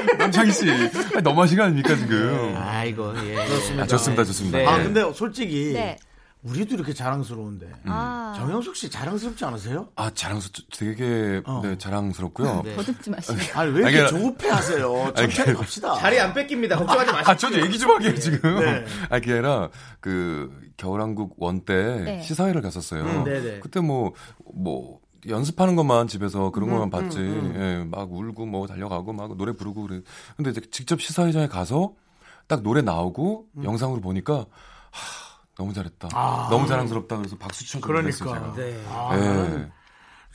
B: 예.
G: 남창희 씨, 아니, 너무하신 거 아닙니까
F: 네.
G: 지금?
B: 아이고, 예.
G: 아, 좋습니다, 좋습니다.
B: 네.
A: 아,
G: 예.
A: 근데 솔직히
F: 네.
A: 우리도 이렇게 자랑스러운데
G: 음,
F: 아,
A: 정영숙 씨 자랑스럽지 않으세요?
G: 아 자랑스 되게
B: 어.
G: 네, 자랑스럽고요.
B: 네.
F: 거듭지 마시고.
A: 아니 왜 이렇게
G: 아니, 그러니까
A: 조급해 하세요? 천천히 갑시다.
B: 자리 안 뺏깁니다. 걱정하지
G: 아,
B: 마십시오.
G: 저도 얘기 좀 하게요, 지금.
A: 네.
G: 아, 그게 아니라, 그, 겨울왕국 원 때
F: 네.
G: 시사회를 갔었어요.
A: 음,
B: 네네.
G: 그때 뭐, 뭐, 연습하는 것만 집에서 그런
A: 음,
G: 것만 봤지. 예, 막 울고 뭐 달려가고 막 노래 부르고 그래. 근데 이제 직접 시사회장에 가서 딱 노래 나오고
A: 음.
G: 영상으로 보니까, 하, 너무 잘했다. 너무 자랑스럽다. 그래서 박수 쳐주고
A: 아. 그러니까.
G: 그랬어요, 제가.
B: 네.
A: 아,
G: 예.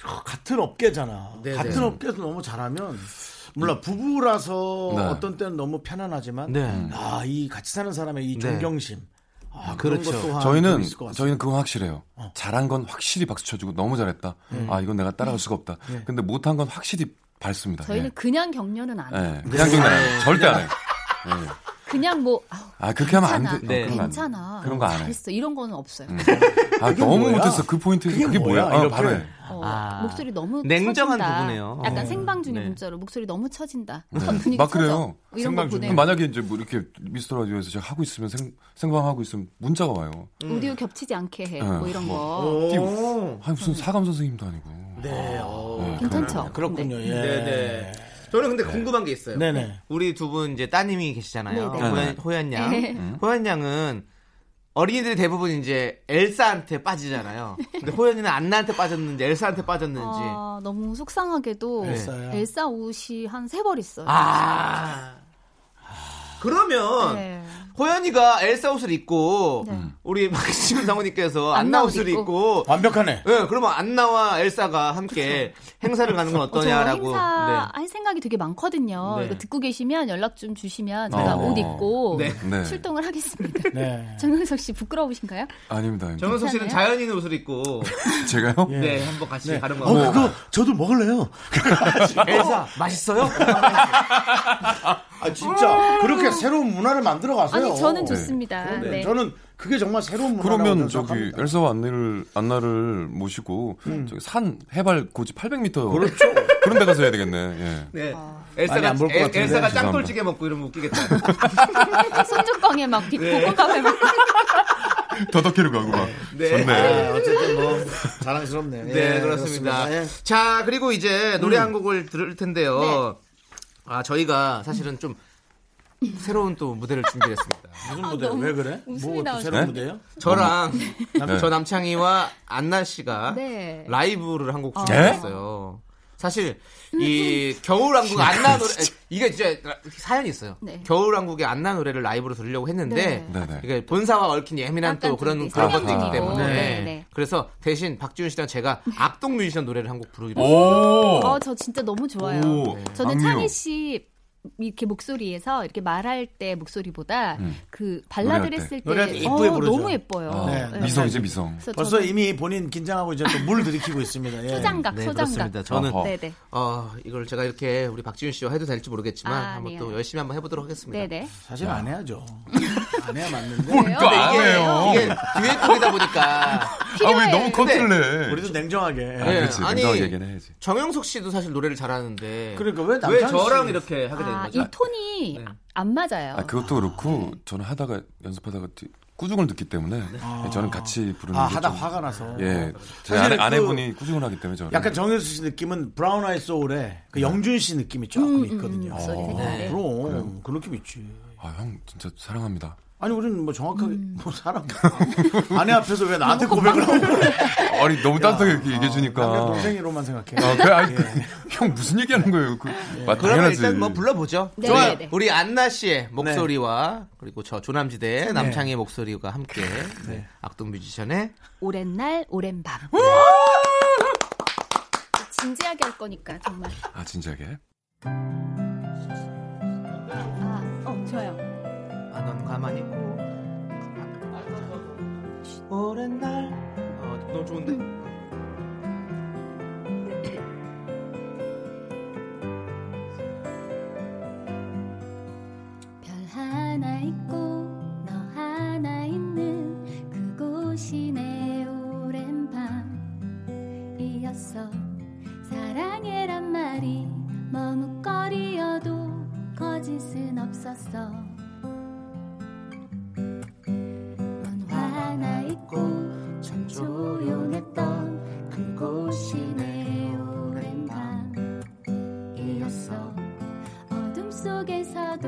A: 어, 같은 업계잖아.
B: 네,
A: 같은
B: 네.
A: 업계에서 너무 잘하면 물론 부부라서
G: 네.
A: 어떤 때는 너무 편안하지만
B: 네.
A: 아, 이 같이 사는 사람의 이
B: 네.
A: 존경심. 아, 그런
B: 그렇죠.
A: 것 또한 좀
G: 저희는
A: 있을 것 같습니다. 어.
G: 저희는 그건 확실해요. 잘한 건 확실히 박수 쳐주고 너무 잘했다.
A: 음.
G: 아 이건 내가 따라갈 수가 없다.
A: 예.
G: 근데 못한 건 확실히 밟습니다.
F: 저희는
G: 예.
F: 그냥 격려는 안 해요.
A: 네.
G: 예. 그냥 장난 안 해요. 절대 안 해요.
F: 그냥 뭐, 아우,
G: 아, 그렇게 하면 안 돼.
F: 괜찮아. 괜찮아.
G: 어, 그런 거안 돼. 그런 거 안 해.
F: 잘했어. 이런 거는 없어요.
G: 아, 너무
A: 뭐야?
G: 못했어. 그 포인트에서
A: 그게
G: 그게, 뭐야?
A: 뭐야?
G: 아,
A: 이렇게.
G: 바로 해.
F: (laughs) 어,
B: 아.
F: 목소리 너무
B: 냉정한
F: 처진다.
B: 부분이에요.
F: 약간
B: 어.
F: 생방중에
B: 네.
F: 문자로 목소리 너무 처진다. 첫 아, 분위기
G: 네. 막
F: 처져. 뭐
G: 그래요.
F: 이런 거 보내.
G: 만약에 이제 뭐 이렇게 미스터 라디오에서 제가 하고 있으면 생, 생방하고 있으면 문자가 와요.
B: 음.
F: 오디오 겹치지 않게 해.
G: 네.
F: 뭐 이런 거.
B: 오.
G: 아니,
A: 음.
G: 무슨 사감 선생님도 아니고.
B: 네. 어.
F: 괜찮죠?
A: 그렇군요.
F: 네.
A: 예.
B: 네네. 저는 근데 궁금한 게 있어요.
A: 네네.
B: 우리 두 분 이제 따님이 계시잖아요.
F: 네네.
B: 호연, 호연 양. 네. 호연 양은 어린이들이 대부분 이제 엘사한테 빠지잖아요. 근데 호연이는 안나한테 빠졌는지 엘사한테 빠졌는지. 네.
F: 아, 너무 속상하게도
A: 엘사야.
F: 엘사 옷이 한 세 벌 있어요.
B: 아. 그러면
F: 네.
B: 호연이가 엘사 옷을 입고
F: 네.
B: 우리 (laughs) 지금 상우님께서
F: 안나
B: 안나
F: 옷
B: 옷을
F: 입고.
B: 입고
A: 완벽하네.
B: 예, 그러면 안나와 엘사가 함께 행사를 가는 건
F: 어, 저
B: 어떠냐라고.
F: 행사 할 생각이 되게 많거든요.
B: 네.
F: 이거 듣고 계시면 연락 좀 주시면 제가
G: 어.
F: 옷 입고
B: 네.
G: 네.
F: 출동을 하겠습니다.
A: 네.
F: (laughs) 정영석 씨 부끄러우신가요?
G: 아닙니다. 아닙니다.
B: 정현석 씨는
F: 괜찮아요?
B: 자연인 옷을 입고
G: 제가요?
A: 예.
B: 네, 한번 같이 가는
A: 어,
B: 거.
A: 그거 저도 먹을래요.
B: (laughs) 엘사 맛있어요? 네.
A: 아, 진짜 그렇게 새로운 문화를 만들어 가세요.
F: 음. 아니 저는 좋습니다.
A: 네.
F: 네.
A: 저는 그게 정말 새로운 문화.
G: 그러면 저기 엘사와 안나를 안나를 모시고
A: 음.
G: 저기 산 해발 고지 800m 그렇죠. 런 데 가서 해야 되겠네. 예.
B: 네.
A: 많이
B: 엘사가
A: 안볼것
B: 엘-
A: 같은데.
B: 엘사가
G: 죄송합니다.
B: 짱돌찌개 먹고 이러면 웃기겠다. 네,
F: (laughs) 손주껑에 막 빗고감에 막
G: 더덕해로 가고 막.
B: 네.
G: 좋네.
A: 어쨌든 뭐 예, 자랑스럽네.
B: 네, 음. 그렇습니다. 자, 그리고 이제 노래 한 곡을 들을 텐데요. 아, 저희가 사실은 좀 새로운 또 무대를 준비했습니다.
A: 무슨 무대? 왜 그래?
F: 아, 웃음이
A: 뭐 어떤
F: 나오시네.
A: 새로운
G: 네?
A: 무대요?
B: 저랑
G: 네.
B: 저 남창희와 안나 씨가
F: 네.
B: 라이브를 한 곡
G: 네?
B: 준비했어요. 사실 이 겨울왕국 안나 노래 이게 진짜 사연이 있어요.
F: 네.
B: 겨울왕국의 안나 노래를 라이브로 들으려고 했는데
F: 네.
G: 네네.
B: 이게 본사와 얽힌 예민한 또
F: 약간
B: 그런
F: 좀
B: 그런
G: 성향
B: 것들이기
G: 중이고.
B: 때문에
F: 네, 네.
B: 그래서 대신 박지훈 씨랑 제가 악동 뮤지션 노래를 한 곡 부르기로 했어요.
G: 오.
F: 어, 저 진짜 너무 좋아요.
G: 오,
F: 저는
G: 악뮤.
F: 창희 씨 이렇게 목소리에서 이렇게 말할 때 목소리보다 그 발라드를
G: 노래할 때.
F: 쓸 때 어,
A: 노래할 때 이쁘게 부르죠.
F: 너무 예뻐요.
G: 아,
A: 네, 네.
G: 미성이지 미성.
F: 그래서
A: 벌써
F: 벌써
A: 이미 본인 긴장하고 이제 또 물 들이키고 있습니다. 예.
F: 소장각,
B: 네,
F: 소장각.
B: 그렇습니다. 저는
G: 어허.
F: 네네.
B: 어, 이걸 제가 이렇게 우리 박지훈 씨와 해도 될지 모르겠지만
F: 아,
B: 한번
F: 아니에요.
B: 또 열심히 한번 해보도록 하겠습니다.
F: 네네.
A: 사실 안
F: (laughs)
A: 해야죠. 안 해야 맞는데.
F: 그래요?
G: 안 해요.
B: 이게 듀엣곡이다 보니까
G: 아, 왜
F: 필요해요.
G: 너무 컨트롤해.
A: 네. 우리도 네. 냉정하게.
G: 아,
B: 예,
G: 그렇지.
B: 아니-
G: 냉정하게 얘기는 해야지.
B: 정영석 씨도 사실 노래를 잘하는데
A: 그러니까 왜 남창희
B: 왜 저랑
A: 씨-
B: 이렇게 하게 되는
F: 아,
B: 거죠?
F: 이 톤이 안 맞아요.
A: 어.
G: 아, 그것도 그렇고 저는 하다가 연습하다가 뒤- 꾸중을 듣기 때문에 예, 저는 같이 부르는
A: 아,
G: 게
A: 하다
G: 좀-
A: 화가 나서.
G: 그렇죠. 예. 제
A: 사실은
G: 아내,
A: 그-
G: 아내분이 꾸중을 하기 때문에 저는
A: 약간 정현수 씨 느낌은 브라운 아이 소울의 그 영준 씨
F: 음,
A: 느낌이 조금 있거든요. 어,
F: 목소리 색깔이. 네.
A: 그럼, 그 느낌 있지.
G: 아, 형 진짜 사랑합니다.
A: 아니 우리는 뭐 정확하게
F: 음.
A: 뭐 사람 (laughs) 아내 앞에서 왜 나한테
F: 뭐
A: 고백을 하고 그래?
G: 아니 너무 따뜻하게 이렇게 얘기해
A: 남자
G: 주니까.
A: 동생이로만 생각해.
G: 아, 그래? 아니, 그, (laughs) 형 무슨 얘기하는 거예요? 그, 마-
B: 그러면
G: 당연하지.
B: 일단 뭐 불러보죠.
C: 네,
B: 좋아요.
C: 네, 네.
B: 우리 안나 씨의 목소리와 그리고 저 조남지대 남창의 목소리가 함께 네, 악동 뮤지션의
C: 오랜 날 오랜 밤.
F: 아,
C: 진지하게 할 거니까 정말.
G: 아 진지하게?
C: 아, 어 좋아요.
B: 아, 넌 가만히 있고. 오랜 날. 어, 너무 좋은데?
C: 별 하나 있고 너 하나 있는 그곳이 내 오랜 밤이었어 사랑해란 말이 머뭇거리여도 거짓은 없었어 넌 하나 있고 참 조용했던 그곳이 내 오랜 밤이었어 어둠 속에서도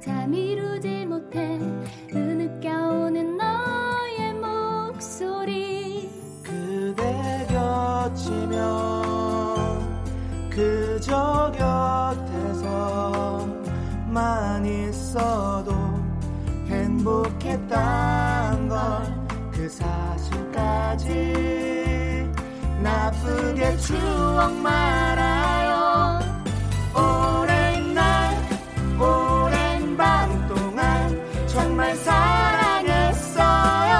C: 잠 이루지 못해 그 흐느껴 오는 너의 목소리
B: 그대 곁이면 그저 곁에서만 있어도 행복했단 걸 그 사실까지 나쁘게 추억 말아요 오랜 날 오랜 밤 동안 정말 사랑했어요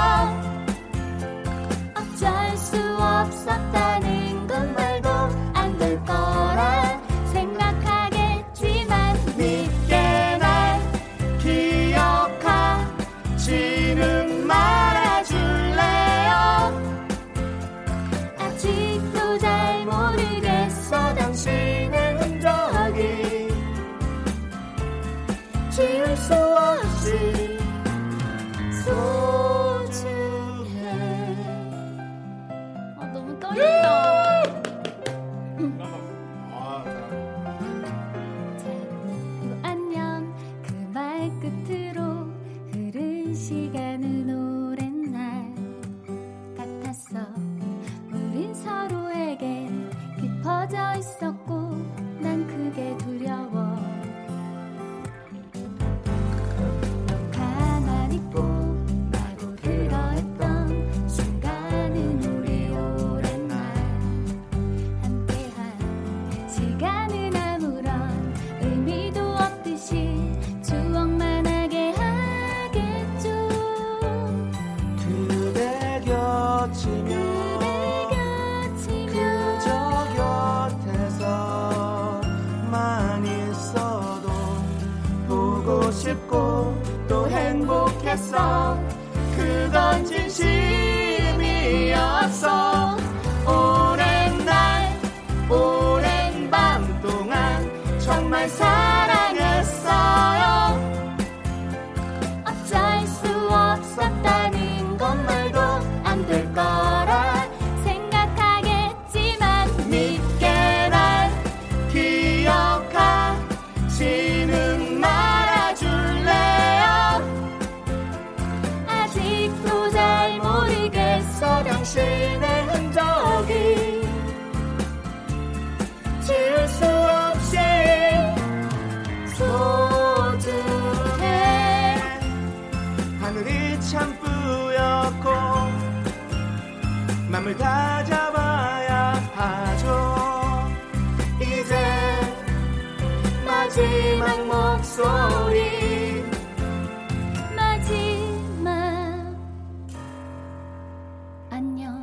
C: 어쩔 수 없었다는 건 말도 안 될 거라 생각하겠지만
B: 믿게 날 기억하지는 말아줄래요
C: 아직도 잘 모르겠어
B: 당신의 흔적이
C: 지울 수 없이 소중해 아 너무 떨린다 자, 또 안녕 그 말 끝으로 흐른 시간은 오랜 날 같았어 우린 서로에게 깊어져 있었고 난 그게 두려워 가만히 있고 나도 그러했던 순간은 우리 오랜 날 함께한 시간은 아무런 의미도 없듯이 추억만 하게 하겠죠
B: 그대 곁이면
C: 곁이면
B: 그저 곁에서만 있어도 보고 싶고 또 행복했어 그건 진심이었어 오랜 날 오랜 밤 동안 정말 사랑했어요
C: 어쩔 수 없었다는 건 말도 안 될 거라 생각하겠지만
B: 믿게 날 기억하지는 말아줄래요
C: 아직도 잘 모르겠어 당신의 흔적이 지울 수 없이 소중해
B: 하늘이 참 뿌옇고 맘을 다 잡아야 하죠 이제
C: 마지막
B: 목소리
C: 마지막 안녕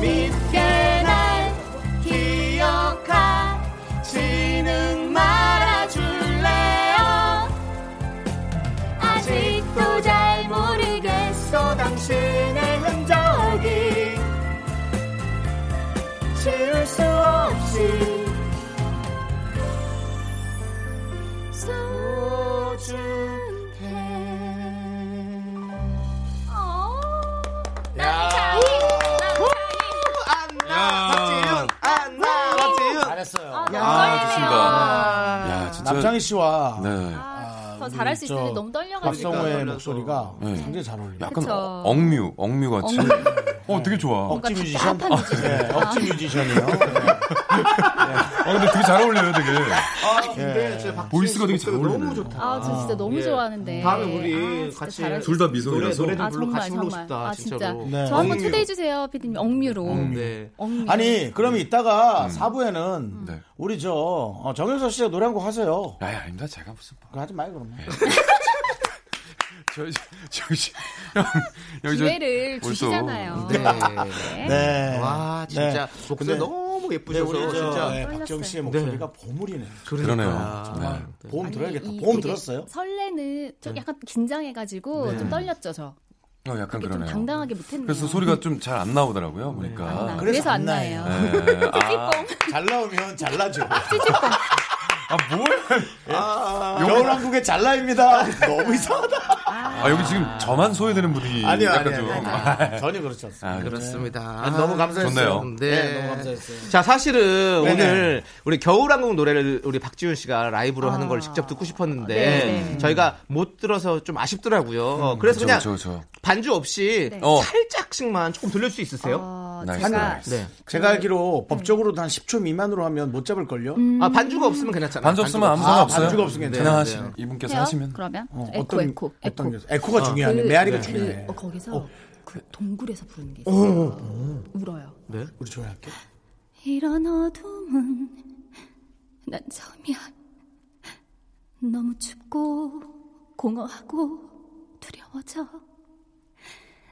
B: 믿게 날 기억하지는 말아줄래요
C: 아직도 잘 모르겠어
B: 당신의 흔적이 지울 수 없이
C: 소중해
B: 아,
G: 진짜
A: 남창희 씨와
G: 네.
F: 아, 더
A: 우리
F: 잘할 수
A: 저
F: 있으니 너무 떨려가지고.
A: 박성호의
B: 떨려서.
A: 목소리가
G: 네.
A: 굉장히 잘 어울려요.
G: 약간
F: 그쵸.
G: 억류, 억류 같이. 어, 되게 좋아.
A: 억지
F: 뭔가
A: 뮤지션?
F: 답답한 음. 뮤지션.
A: 네, 억지 뮤지션이요.
G: 아, 근데 되게 잘 어울려요, 되게.
E: 아,
B: 네.
E: 근데 제 박지윤
G: 보이스가
E: 씨
G: 되게 잘
E: 목소리가
G: 어울리네.
E: 너무 좋다.
F: 아, 저 진짜 너무
B: 예.
F: 좋아하는데.
B: 다음에 우리
F: 아, 진짜
B: 같이
F: 잘할 수
G: 둘 다
B: 노래
G: 미성이라서.
B: 노래 좀 불러
F: 아, 정말,
B: 같이 부르고
F: 정말.
B: 싶다
F: 아, 진짜.
B: 진짜로.
A: 네.
F: 저 한번
B: 억류.
F: 초대해 주세요, 피디님. 억류로.
B: 네.
F: 억류.
A: 음. 아니, 그럼 이따가 사부에는
G: 음. 네.
A: 우리 저 어, 정현석 씨가 노래 한 곡 하세요.
G: 야, 야, 아닙니다. 제가 무슨. 뭐.
A: 그거 하지 마요, 그러면.
G: 저, 저, 저, (laughs) 저, 여기 저.
F: 기회를
G: 벌써.
F: 주시잖아요.
B: 네.
A: 네.
B: 와 진짜 목소리
A: 근데-
B: 너무
A: 네,
B: 예쁘셔서
A: 우리 저
B: 진짜
A: 네, 박정 씨의 목소리가 보물이네.
B: 그러니까.
G: 그러네요. 정말.
A: 보험
F: 아니,
A: 들어야겠다.
F: 이
A: 보험
F: 되게
A: 들었어요? 네.
F: 설레는 좀 약간 긴장해가지고 좀 떨렸죠 저.
G: 어, 약간
F: 그게 좀
G: 그러네요.
F: 당당하게 못했네요.
G: 그래서 소리가 좀 잘 안 나오더라고요,
F: 안 나요.
G: 보니까.
A: 그래서
F: 그래서
A: 안
F: 안
A: 나요.
F: 나요.
G: 네. 아,
A: 잘 나오면 잘나죠.
G: 아, 뭐야.
A: 예. 겨울왕국의
G: (laughs)
A: 잘라입니다. 너무 이상하다.
G: 아, 여기 지금 저만 소외되는 분위기.
A: 아니요,
G: 음, 약간
A: 아니요,
G: 좀.
A: 아니요. 전혀 그렇지 않습니다.
G: 아,
B: 그렇습니다.
A: 너무 감사했어요.
G: 좋네요.
B: 네.
A: 네, 너무 감사했어요.
B: 자, 사실은
A: 네네.
B: 오늘 우리 겨울왕국 노래를 우리 박지훈 씨가 라이브로 하는
A: 아.
B: 걸 직접 듣고 싶었는데
F: 네네.
B: 저희가 못 들어서 좀 아쉽더라고요.
G: 음,
B: 그래서 그냥
G: 저, 저, 저.
B: 반주 없이
G: 어.
B: 살짝씩만 조금 들릴 수 있으세요?
F: 네. 어,
G: 나이스,
F: 제가
G: 나이스.
B: 네.
A: 제가 알기로 법적으로도 한 10초 미만으로 하면 못 잡을걸요?
F: 음,
B: 아, 반주가 없으면 괜찮잖아요.
G: 반주 없으면 아무
B: 없-
G: 상관 없어요.
A: 반주가 없으면
G: 그냥
A: 괜찮아요.
B: 네.
G: 하시, 이분께서
F: 해요?
G: 하시면.
F: 그러면
A: 어,
F: 에코
A: 어떤-
F: 에코
A: 어떤
F: 에코.
A: 게- 에코가 중요하네.
F: 그-
A: 메아리가
F: 그-
A: 중요해.
F: 어, 거기서 그 동굴에서 부르는 게 있어요. 울어요.
A: 우리 조용히 할게.
F: 아. 이런 어둠은 난 처음이야. 너무 춥고 공허하고 두려워져.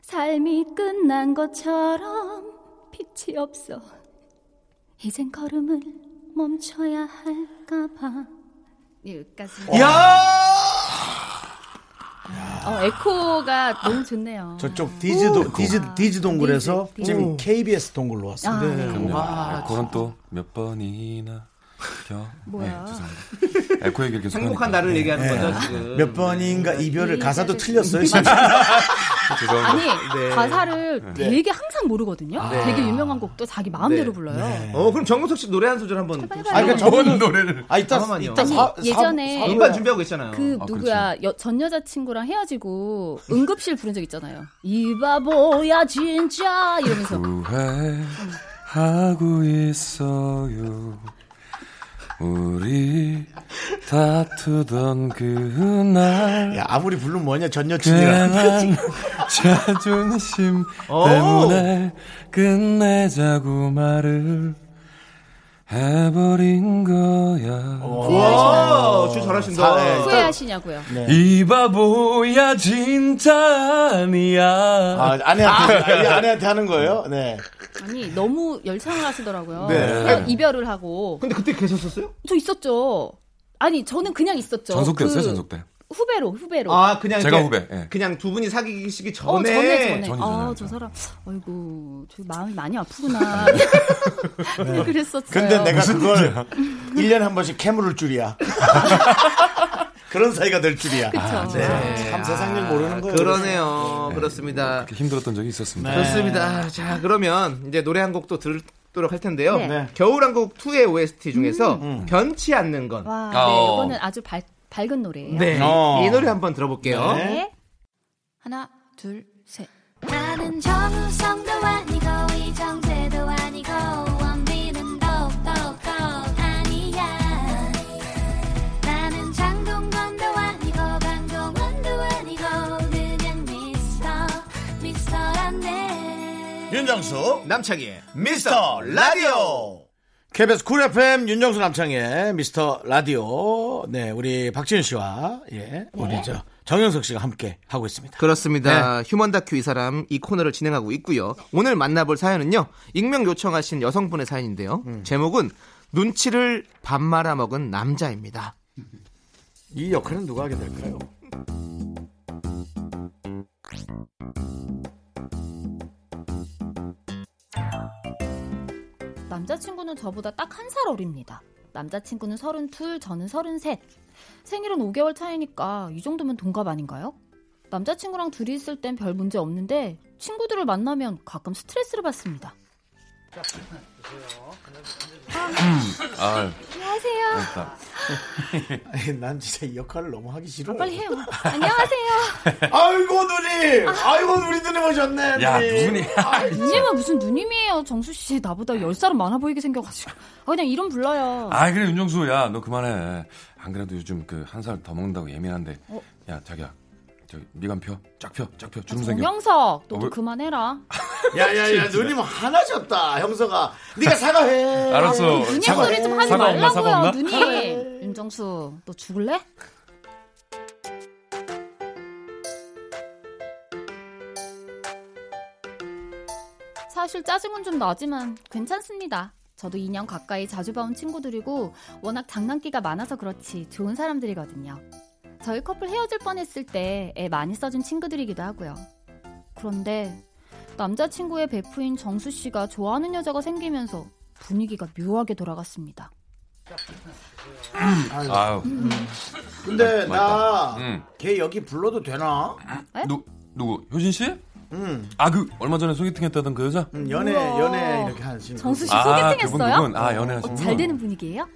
F: 삶이 끝난 것처럼 빛이 없어. 이젠 걸음을 멈춰야 할까봐. 여기까지. 어, 에코가 너무 좋네요.
A: 저쪽 디즈, 도, 디즈, 디즈 동굴에서
F: 디즈, 디즈.
A: 지금 KBS 동굴로 왔어요.
F: 아,
G: 네.
B: 와,
G: 에코는 또 몇 번이나 겨.
F: 뭐야.
G: 네, 죄송합니다. 에코 얘기를 계속
B: 네. 행복한
G: 하니까.
B: 나를 얘기하는
G: 네.
B: 거죠, 지금.
A: 몇 번인가 이별을
F: 이-
A: 가사도
F: 이-
A: 틀렸어요. 지금.
F: 아니
G: 죄송합니다.
F: 가사를 되게 항상 모르거든요. 되게 유명한 곡도 자기 마음대로
B: 네.
F: 불러요.
B: 어, 그럼 정우석 씨 노래 한 소절 한번.
F: 해봐요.
A: 아, 그러니까 저분
G: 노래를.
A: 아, 이따,
B: 잠깐만요.
A: 이따 사,
F: 아니, 예전에-
A: 사, 사,
B: 일반 준비하고 있잖아요.
F: 그
G: 아,
F: 누구야 여- 전 여자친구랑 헤어지고 응급실 부른 적 있잖아요. 이 바보야 진짜 이러면서
G: 네. 후회하고 있어요. 우리 다투던 그날.
A: 야, 아무리 부르면 뭐냐, 전
G: 그,
A: 여친이랑.
G: 괜한 자존심 때문에 끝내자고 말을 해버린 거야.
B: 와, 진짜 어, 잘하신다.
A: 사- 네.
F: 후회하시냐고요.
G: 이 바보야 진짜 아니야.
A: 아, 아내한테, 아, 아내한테 하는 거예요? 네.
F: 아니 너무 열창을 하시더라고요. 그래서 이별을 하고
B: 근데 그때 계셨었어요?
F: 저 있었죠. 아니 저는 그냥 있었죠.
G: 전속됐어요,
F: 그
G: 전속돼.
F: 후배로 후배로.
B: 아, 그냥.
G: 제가
B: 이렇게
G: 후배, 예.
B: 그냥 두 분이 사귀시기 전에.
F: 어, 전에, 전에.
G: 전이
F: 아,
G: 전에.
F: 저 사람, 아이고, 저 마음이 많이 아프구나. (laughs) 네, 그랬었어요.
A: 근데 내가 그걸 1년에 한 번씩 캐물을 줄이야. 그런 사이가 될 줄이야. 아, 네. 참 세상을 모르는 거예요.
B: 그러네요. 그렇습니다.
G: 그렇게 힘들었던 적이
A: 네.
G: 있었습니다.
B: 좋습니다. 자, 그러면 이제 노래 한 곡 또 들도록 할 텐데요.
F: 네. 네.
B: 겨울왕국 2의 OST
A: 음.
B: 중에서 변치 않는 건.
F: 와,
G: 어.
F: 네, 이거는 아주 밝, 밝은 노래예요.
B: 네.
A: 어.
B: 이 노래 한번 들어볼게요.
F: 네. 하나, 둘, 셋.
C: 나는 정우성도 아니고 이정재도 아니고 원빈은 더욱더 아니야 나는 장동건도 아니고 강동원도 아니고 그냥 미스터 미스터란데
A: 윤정수,
B: 남창희의
A: 미스터 라디오. KBS 쿨 FM 윤정수 남창의 미스터 라디오. 네, 우리 박지윤 씨와, 예, 우리 저 정영석 씨가 함께 하고 있습니다.
F: 네.
B: 그렇습니다. 휴먼 다큐 이 사람 이 코너를 진행하고 있고요. 오늘 만나볼 사연은요. 익명 요청하신 여성분의 사연인데요.
F: 음.
B: 제목은 눈치를 밥 말아 먹은 남자입니다.
A: 이 역할은 누가 하게 될까요?
F: 남자친구는 저보다 딱 한 살 어립니다. 남자친구는 32, 저는 33. 생일은 5개월 차이니까 이 정도면 동갑 아닌가요? 남자친구랑 둘이 있을 땐 별 문제 없는데 친구들을 만나면 가끔 스트레스를 받습니다.
G: 아,
F: 안녕하세요.
G: 됐다.
A: (laughs) 아니, 난 진짜 이 역할을 너무 하기 싫어.
F: 빨리 해요. 안녕하세요.
A: 아이고 누님, 아이고 누리 누님 오셨네.
G: 야,
A: 누님.
G: 누구냐?
F: 누님은 무슨 누님이에요. 정수 씨 나보다 열 살은 많아 보이게 생겨가지고. 아, 그냥 이름 불러요.
G: 아, 그래, 윤정수. 야, 너 그만해. 안 그래도 요즘 그 한 살 더 먹는다고 예민한데.
F: 어?
G: 야, 자기야. 저기, 미간 펴. 쫙 펴. 쫙 펴.
F: 아,
G: 주름 생겨.
F: 정영석,
G: 어,
F: 너도
G: 왜-
F: 그만해라.
A: 야야야 누님 화나셨다 형서가. 네가 사과해.
G: 알았어.
F: 누님
G: 사과-
F: 아, 그 소리 좀 하지
G: 사과 없나?
F: 말라고요,
G: 사과 없나?
F: 누님. 윤정수, 너 죽을래? 사실 짜증은 좀 나지만 괜찮습니다. 저도 2년 가까이 자주 봐온 친구들이고 워낙 장난기가 많아서 그렇지 좋은 사람들이거든요. 저희 커플 헤어질 뻔했을 때 애 많이 써준 친구들이기도 하고요. 그런데 남자친구의 베프인 정수 씨가 좋아하는 여자가 생기면서 분위기가 묘하게 돌아갔습니다.
G: 아유,
F: 음.
A: 근데 나
G: 음.
A: 걔 여기 불러도 되나?
G: 누, 누구? 효진 씨? 아, 그, 얼마 전에 소개팅 했다던 그 여자?
A: 음, 연애
F: 우와.
A: 연애 이렇게 하는 친구.
F: 정수 씨
G: 아,
F: 소개팅
G: 그분,
F: 했어요?
G: 그분. 아, 연애하신
F: 어,
G: 분.
F: 잘 되는 분위기예요?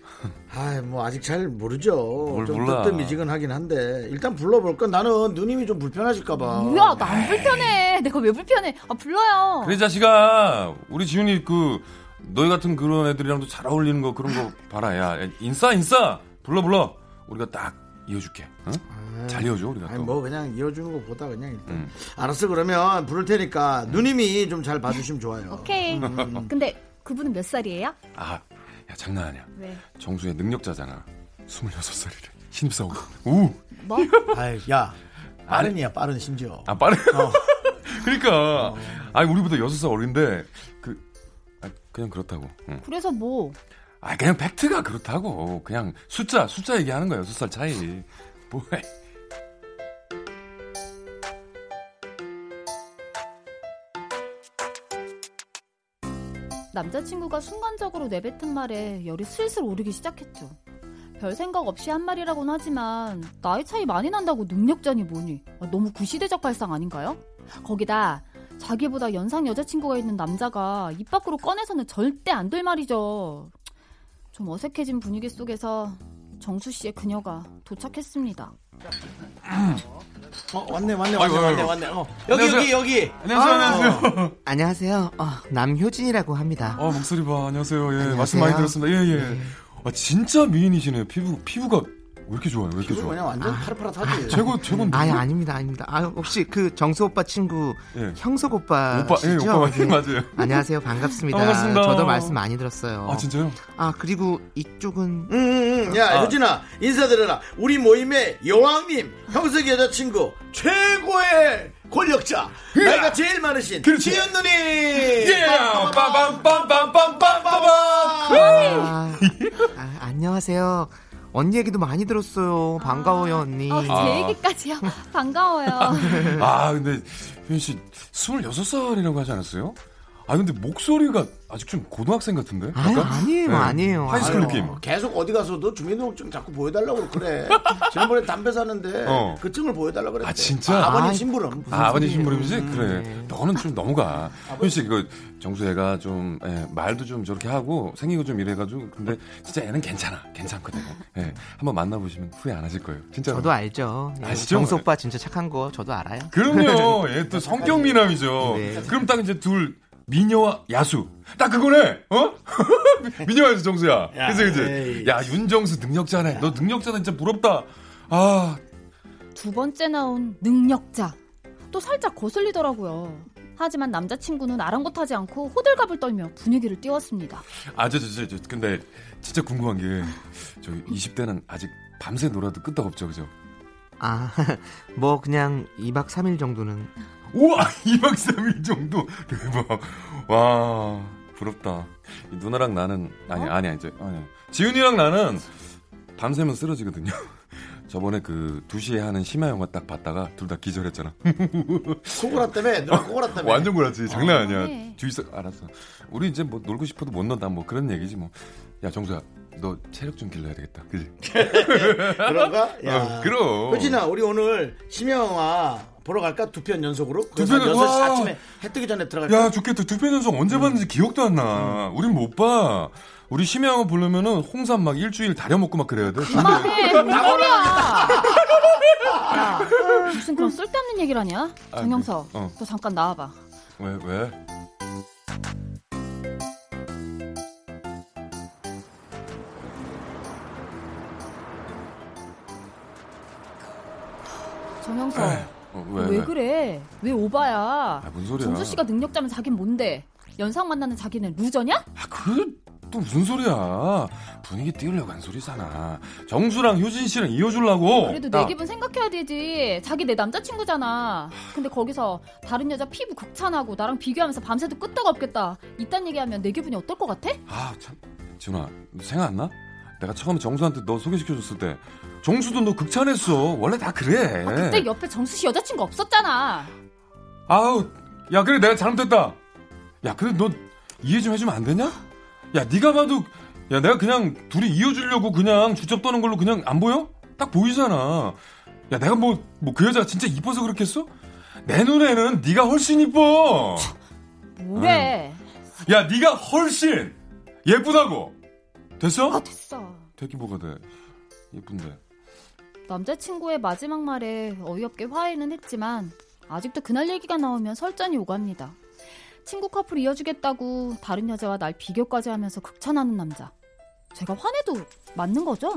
A: 아, 뭐 아직 잘 모르죠.
G: 뭘
A: 좀
G: 몰라.
A: 뜨뜻미지근하긴 한데 일단 불러볼까? 나는 누님이 좀
G: 아, 네.
A: 불편하실까봐.
F: 뭐야, 나 안 불편해. 내가 왜 불편해? 아,
A: 어.
F: 불러요.
G: 그래, 자식아. 우리 지훈이 그, 너희 같은 그런 애들이랑도 잘 어울리는 거 그런 거 봐라. 야, 야, 인싸, 인싸. 불러, 불러. 우리가 딱 이어줄게. 응? 잘 이어줘, 우리가 또.
A: 음. 아니 뭐 그냥 이어주는 거 보다 그냥 일단
G: 음.
A: 알았어 그러면 부를 테니까 누님이 좀 잘 봐주시면 좋아요.
G: (laughs)
F: 오케이. 근데 그분은 몇 살이에요?
G: 아, 야, 장난 아니야.
F: 왜?
G: 정수의 능력자잖아. 26살이래. 신입사원. 우!
F: 뭐?
A: 아이, 야 빠른이야 빠른 심지어. 어.
G: 아, 빠르. (laughs) 그러니까. 아니, 우리보다 6살 어린데, 그, 아, 그냥 그렇다고. 응.
F: 그래서 뭐?
G: 아, 그냥 팩트가 그렇다고. 그냥 숫자, 숫자 얘기하는 거야, 6살 차이. 뭐,
F: 남자친구가 순간적으로 내뱉은 말에 열이 슬슬 오르기 시작했죠. 별 생각 없이 한 말이라고는 하지만 나이 차이 많이 난다고 능력자니 뭐니 아, 너무 구시대적 발상 아닌가요? 거기다 자기보다 연상 여자친구가 있는 남자가 입 밖으로 꺼내서는 절대 안 될 말이죠. 좀 어색해진 분위기 속에서 정수 씨의 그녀가 도착했습니다.
A: 어, 왔네 왔네 왔네 왔네 왔네. 어, 여기 여기
G: 안녕하세요.
A: 여기.
G: 안녕하세요, 안녕하세요.
H: 아. 안녕하세요. 어, 남효진이라고 합니다.
G: 어, 목소리 봐. 안녕하세요. 예,
H: 안녕하세요. 네.
G: 말씀 많이 들었습니다. 예, 예. 아, 진짜 미인이시네요. 피부, 피부가 왜 이렇게 좋아요? 왜 이렇게
A: 이거 그냥
G: 좋아?
A: 완전 파릇파릇하지.
G: 최고, 최고 누구?
H: 아예 아닙니다, 아닙니다. 아, 혹시 그 정수 오빠 친구
G: 예.
H: 형석 오빠
G: 오빠, 예,
H: 시죠? 네.
G: 오빠 맞아요.
H: 안녕하세요, 반갑습니다.
G: 아, 반갑습니다.
H: 저도 말씀 많이 들었어요.
G: 아, 진짜요?
H: 아, 그리고 이쪽은
A: 응응응. 음, 야 효진아 인사드려라. 우리 모임의 여왕님 형석 여자친구 최고의 권력자 나이가 제일 많으신
G: 예. 그렇지.
A: 지현 누님.
G: 예! 빰빰빰빰빰빰빰빰!
H: 아, 아, 안녕하세요. 언니 얘기도 많이 들었어요. 반가워요, 언니.
F: 어, 제 얘기까지요. (laughs) 반가워요.
G: 아 근데 효진 씨 26살이라고 하지 않았어요? 아 근데 목소리가 아직 좀 고등학생 같은데?
H: 아유,
G: 약간?
H: 아니에요,
G: 네.
H: 아니에요.
G: 하이스쿨
H: 아유.
G: 느낌.
A: 계속 어디 가서도 주민등록증 자꾸 보여달라고 그래.
G: (laughs)
A: 지난번에 담배 샀는데
G: 어.
A: 그 증을 보여달라고 그랬대.
G: 아, 진짜?
A: 아버님
H: 아이,
A: 심부름.
G: 아, 아버님 신부름이지?
H: 음,
G: 그래.
H: 네.
G: 너는 좀 넘어가. 효진 씨, 이거 정수애가 좀 예, 말도 좀 저렇게 하고 생기고 좀 이래가지고 근데 진짜 애는 괜찮아, 괜찮거든. 예, 한번 만나보시면 후회 안 하실 거예요. 진짜.
B: 아-
H: 저도 알죠. 예,
G: 아시죠?
H: 정수 오빠 진짜 착한 거 저도 알아요.
G: 그럼요. 얘 또 성격 미남이죠.
H: 네.
G: 그럼 딱 이제 둘 미녀와 야수. 딱 그거네. 어? (laughs) 미녀와 야수 정수야.
A: 야,
G: 그치 그치.
A: 에이.
G: 야 윤정수 능력자네. 너 능력자다 진짜 부럽다. 아
F: 두 번째 나온 능력자. 또 살짝 거슬리더라고요. 하지만 남자친구는 아랑곳하지 않고 호들갑을 떨며 분위기를 띄웠습니다.
G: 아저 저 저 근데 진짜 궁금한 게 저기 20대는 아직 밤새 놀아도 끄떡 없죠 그죠?
H: 아, (laughs) 뭐 그냥 2박 3일 정도는
G: 우와 (laughs) 2박 3일 정도 대박. 와 부럽다. 이 누나랑 나는 아니 아니 이제 아니 지훈이랑 나는 밤새면 쓰러지거든요. (laughs) 저번에 그 2시에 하는 심야 영화 딱 봤다가 둘 다 기절했잖아.
A: 코골아 때문에 누가 코골아 때문에.
G: 완전 골랐지. 장난 아니야.
F: 네.
G: 주위서 알았어. 우리 이제 뭐 놀고 싶어도 못 논다. 뭐 그런 얘기지 뭐. 야 정수야, 너 체력 좀 길러야 되겠다. 그지?
A: 그런가? 야.
G: 어, 그럼.
A: 효진아 우리 오늘 심야와 보러 갈까? 두 편 연속으로?
G: 두
A: 그래서 한
G: 편을-
A: 6시
G: 와.
A: 아침에 해 뜨기 전에 들어갈까?
G: 야 좋겠다 두 편 연속
F: 음.
G: 언제 봤는지 기억도 안 나. 우린 못 봐. 우리 심야하고 보려면은 홍삼 막 일주일 다려 먹고 막 그래야 돼.
F: 무슨 그런 쓸데없는 얘기를 하냐?
G: 아,
F: 정영석,
G: 네. 어.
F: 너 잠깐 나와봐.
G: 왜 왜?
F: 정영석,
G: 어,
F: 왜,
G: 왜 왜?
F: 그래? 왜 오바야?
G: 아, 뭔 소리야?
F: 정수 씨가 능력자면 자긴 뭔데? 연상 만나는 자기는 루저냐?
G: 아, 그 또 무슨 소리야? 분위기 띄우려고 한 소리잖아. 정수랑 효진 씨랑 이어주려고.
F: 그래도 네
G: 야,
F: 내 기분 생각해야 되지. 자기 내 남자친구잖아. 근데 거기서 다른 여자 피부 극찬하고 나랑 비교하면서 밤새도 끄떡 없겠다. 이딴 얘기하면 내 기분이 어떨 것 같아?
G: 아, 참. 지훈아, 너 생각 안 나? 내가 처음에 정수한테 너 소개시켜줬을 때 정수도 너 극찬했어. 원래 다 그래.
F: 아, 그때 옆에 정수 씨 여자친구 없었잖아.
G: 아우, 야 그래 내가 잘못했다. 야 그래 너 이해 좀 해주면 안 되냐? 야 네가 봐도 야 내가 그냥 둘이 이어주려고 그냥 주접 떠는 걸로 그냥 안 보여? 딱 보이잖아. 야 내가 뭐 뭐 그 여자가 진짜 이뻐서 그렇겠어? 내 눈에는 네가 훨씬 이뻐.
F: 뭐래?
G: 야 네가 훨씬 예쁘다고.
F: 아
G: 됐어?
F: 됐어.
G: 되게 뭐가 돼? 예쁜데.
F: 남자친구의 마지막 말에 어이없게 화해는 했지만 아직도 그날 얘기가 나오면 설전이 오갑니다. 친구 커플 이어주겠다고 다른 여자와 날 비교까지 하면서 극찬하는 남자. 제가 화내도 맞는 거죠?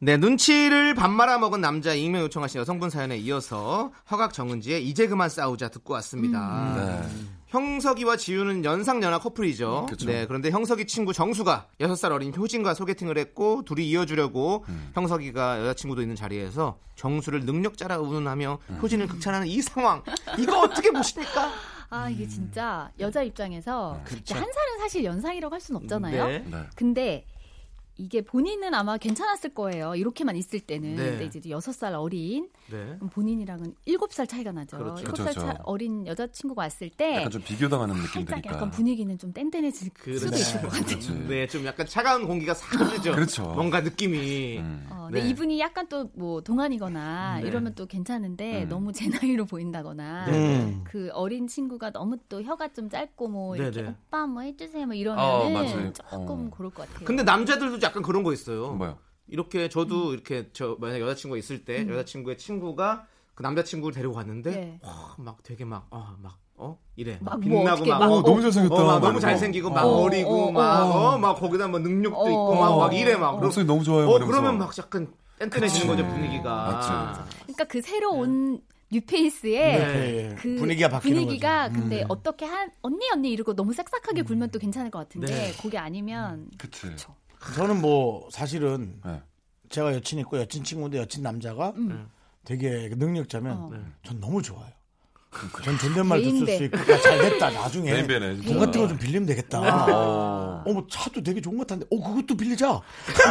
B: 네, 눈치를 밥 말아 먹은 남자 익명 요청하신 여성분 사연에 이어서 허각 정은지의 이제 그만 싸우자 듣고
G: 네, 음.
B: 왔습니다. 형석이와 지우는 연상연하 커플이죠.
G: 음, 그쵸.
B: 네, 그런데 형석이 친구 정수가 6살 어린 효진과 소개팅을 했고 둘이 이어주려고
G: 음.
B: 형석이가 여자친구도 있는 자리에서 정수를 능력자라 운운하며
G: 음.
B: 효진을 극찬하는 이 상황 이거 어떻게 보십니까?
F: 아 이게 진짜 여자 입장에서
G: 그렇죠.
F: 이제 한 살은 사실 연상이라고 할 수는 없잖아요.
B: 네.
G: 네.
F: 근데 이게 본인은 아마 괜찮았을 거예요. 이렇게만 있을 때는.
B: 네.
F: 근데 이제 여섯 살 어린
B: 네.
F: 그럼 본인이랑은 일곱 살 차이가 나죠.
B: 그렇죠.
F: 일곱 살
G: 그렇죠.
F: 차- 어린 여자친구가 왔을 때
G: 약간 좀 비교당하는 느낌
F: 네. 살짝
G: 드니까.
F: 약간 분위기는 좀 땡땡해질 수도
B: 그렇죠.
F: 있을 것
B: (laughs)
F: 같아요.
G: 그치.
B: 네, 좀 약간 차가운 공기가 싹 흐르죠.
G: 그렇죠.
B: 뭔가 느낌이.
G: 음.
F: 어, 근데
B: 네.
F: 이분이 약간 또 뭐 동안이거나
B: 네.
F: 이러면 또 괜찮은데
G: 음.
F: 너무 제 나이로 보인다거나
A: 음.
F: 그 어린 친구가 너무 또 혀가 좀 짧고 뭐 이렇게
B: 네네.
F: 오빠 뭐 해주세요 뭐
G: 어,
F: 이러면은
G: 맞아요.
F: 조금
G: 어.
F: 그럴 것 같아요.
B: 근데 남자들도 약간 그런 거 있어요.
G: 뭐야?
B: 이렇게 저도
F: 음.
B: 이렇게 저 만약 여자친구가 있을 때 여자친구의 친구가 그 남자친구를 데리고 갔는데
F: 네.
B: 와, 막 되게 막 어 막 어? 이래
F: 막뭐
B: 막 빛나고
F: 어떻게
B: 막,
F: 막
G: 어,
B: 어,
G: 너무 잘생겼다.
B: 어, 막
G: 말고.
B: 너무 잘생기고 막
F: 어.
B: 어리고
F: 어,
B: 막
F: 어.
B: 어 막 거기다 뭐 능력도
F: 어.
B: 있고 막 막 이래 막
F: 어.
B: 그러-
G: 목소리 너무 좋아요.
B: 어
G: 이러면서.
B: 그러면 막 약간
G: 그치.
B: 뗀뗀해지는 거죠 분위기가
G: 맞지.
F: 그러니까 그 새로 온 뉴페이스에
B: 네.
F: 그
A: 네. 예, 분위기가 바뀌는 음.
F: 분위기가 근데 어떻게 한 언니 언니 이러고 너무 싹싹하게 굴면 또 괜찮을 것 같은데
B: 네.
F: 그게 아니면
A: 음.
G: 그치.
A: 저는 뭐 사실은
G: 네.
A: 제가 여친 있고 여친 친구인데 여친 남자가
F: 음. 네.
A: 되게 능력자면
F: 어.
G: 네.
A: 전 너무 좋아요. 전 존댓말도 쓸 수
F: 개인배.
A: 있고 야, 잘 됐다
B: 예.
A: 나중에
G: 개인배네, 어. 진짜.
A: 돈 같은 거 좀 빌리면 되겠다. 어머 뭐 차도 되게 좋은 것 같은데 어 그것도 빌리자.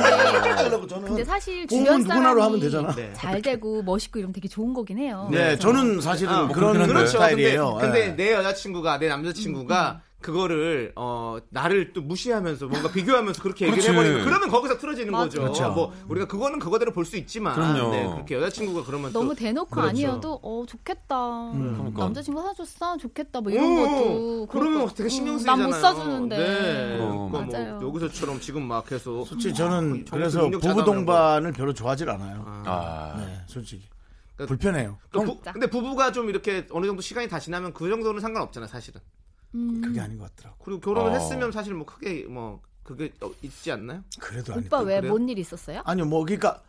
A: 그러고 저는
F: 근데 사실
A: 봄은
F: 주변
A: 누구나로
F: 사람이
A: 하면 되잖아.
B: 네.
F: 잘 되고 멋있고 이러면 되게 좋은 거긴 해요.
A: 네, 저는 사실은
B: 아,
A: 그런
G: 그렇긴 한데.
B: 그렇죠. 근데,
A: 스타일이에요.
B: 근데
A: 예.
B: 내 여자친구가 내
F: 음,
B: 남자친구가 그거를 어 나를 또 무시하면서 뭔가 비교하면서 그렇게 얘기를
G: 그렇지.
B: 해버리면 그러면 거기서 틀어지는
F: 맞아.
B: 거죠.
A: 그렇죠.
B: 뭐 우리가 그거는 그거대로 볼 수 있지만
G: 그럼요.
B: 네, 그렇게 여자친구가 그러면
F: 너무
B: 또
F: 대놓고
B: 그렇죠.
F: 아니어도 어 좋겠다.
A: 음,
G: 그러니까.
F: 남자친구 사줬어 좋겠다 뭐 이런
B: 어,
F: 것도 음,
B: 그러면 되게 신경 쓰이잖아요.
F: 난못 사주는데.
B: 네.
G: 그럼.
B: 그러니까
F: 맞아요.
B: 뭐 여기서처럼 지금 막 계속
A: 솔직히 저는
B: 정말
A: 그래서
B: 능력자다
A: 부부
B: 하는 거.
A: 동반을 별로 좋아하질 않아요.
G: 아.
A: 네, 솔직히
B: 그러니까
A: 불편해요.
B: 그 부- 근데 부부가 좀 이렇게 어느 정도 시간이 다 지나면 그 정도는 상관없잖아 사실은.
F: 음,
A: 그게 아닌 것 같더라고.
B: 그리고 결혼을
G: 어.
B: 했으면 사실 뭐 크게 뭐 그게 어, 있지 않나요?
A: 그래도 아니.
F: 오빠 왜
B: 그래요?
F: 뭔 일 있었어요?
A: 아니요, 뭐 그러니까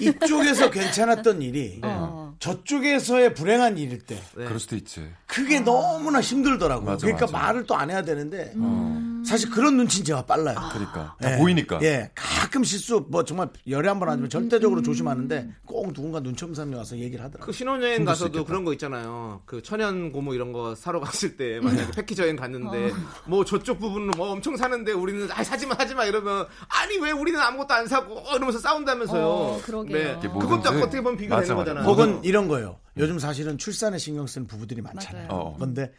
A: 이쪽에서 괜찮았던 일이
F: 어.
A: 저쪽에서의 불행한 일일 때
B: 네.
G: 그럴 수도 있지.
A: 그게 너무나 힘들더라고요.
G: 맞아,
A: 그러니까
G: 맞아.
A: 말을 또 안 해야 되는데
G: 어.
A: 사실 그런 눈치는 제가 빨라요.
G: 그러니까 다
A: 예.
G: 보이니까.
A: 음. 예, 가끔 실수 뭐 정말 열에 한 번 아니면 절대적으로 조심하는데 꼭 누군가 눈치 없는 사람이 와서 얘기를 하더라고요.
B: 그 신혼여행 가서도 그런 거 있잖아요. 그 천연 고무 이런 거 사러 갔을 때
F: 음.
B: 만약에 패키지 여행
F: 어.
B: 갔는데 뭐 저쪽 부분은 뭐 엄청 사는데 우리는 아 사지마 사지마 이러면 아니 왜 우리는 아무것도 안 사고 어, 이러면서 싸운다면서요. 네.
F: 어, 그러게요. 이게
B: 그것도
G: 뭐든지.
B: 어떻게 보면 비교되는
G: 맞아, 맞아.
B: 거잖아요.
G: 어.
A: 혹은 이런 거예요. 요즘 사실은 출산에 신경 쓰는 부부들이 많잖아요.
G: 맞아요. 어.
A: 그런데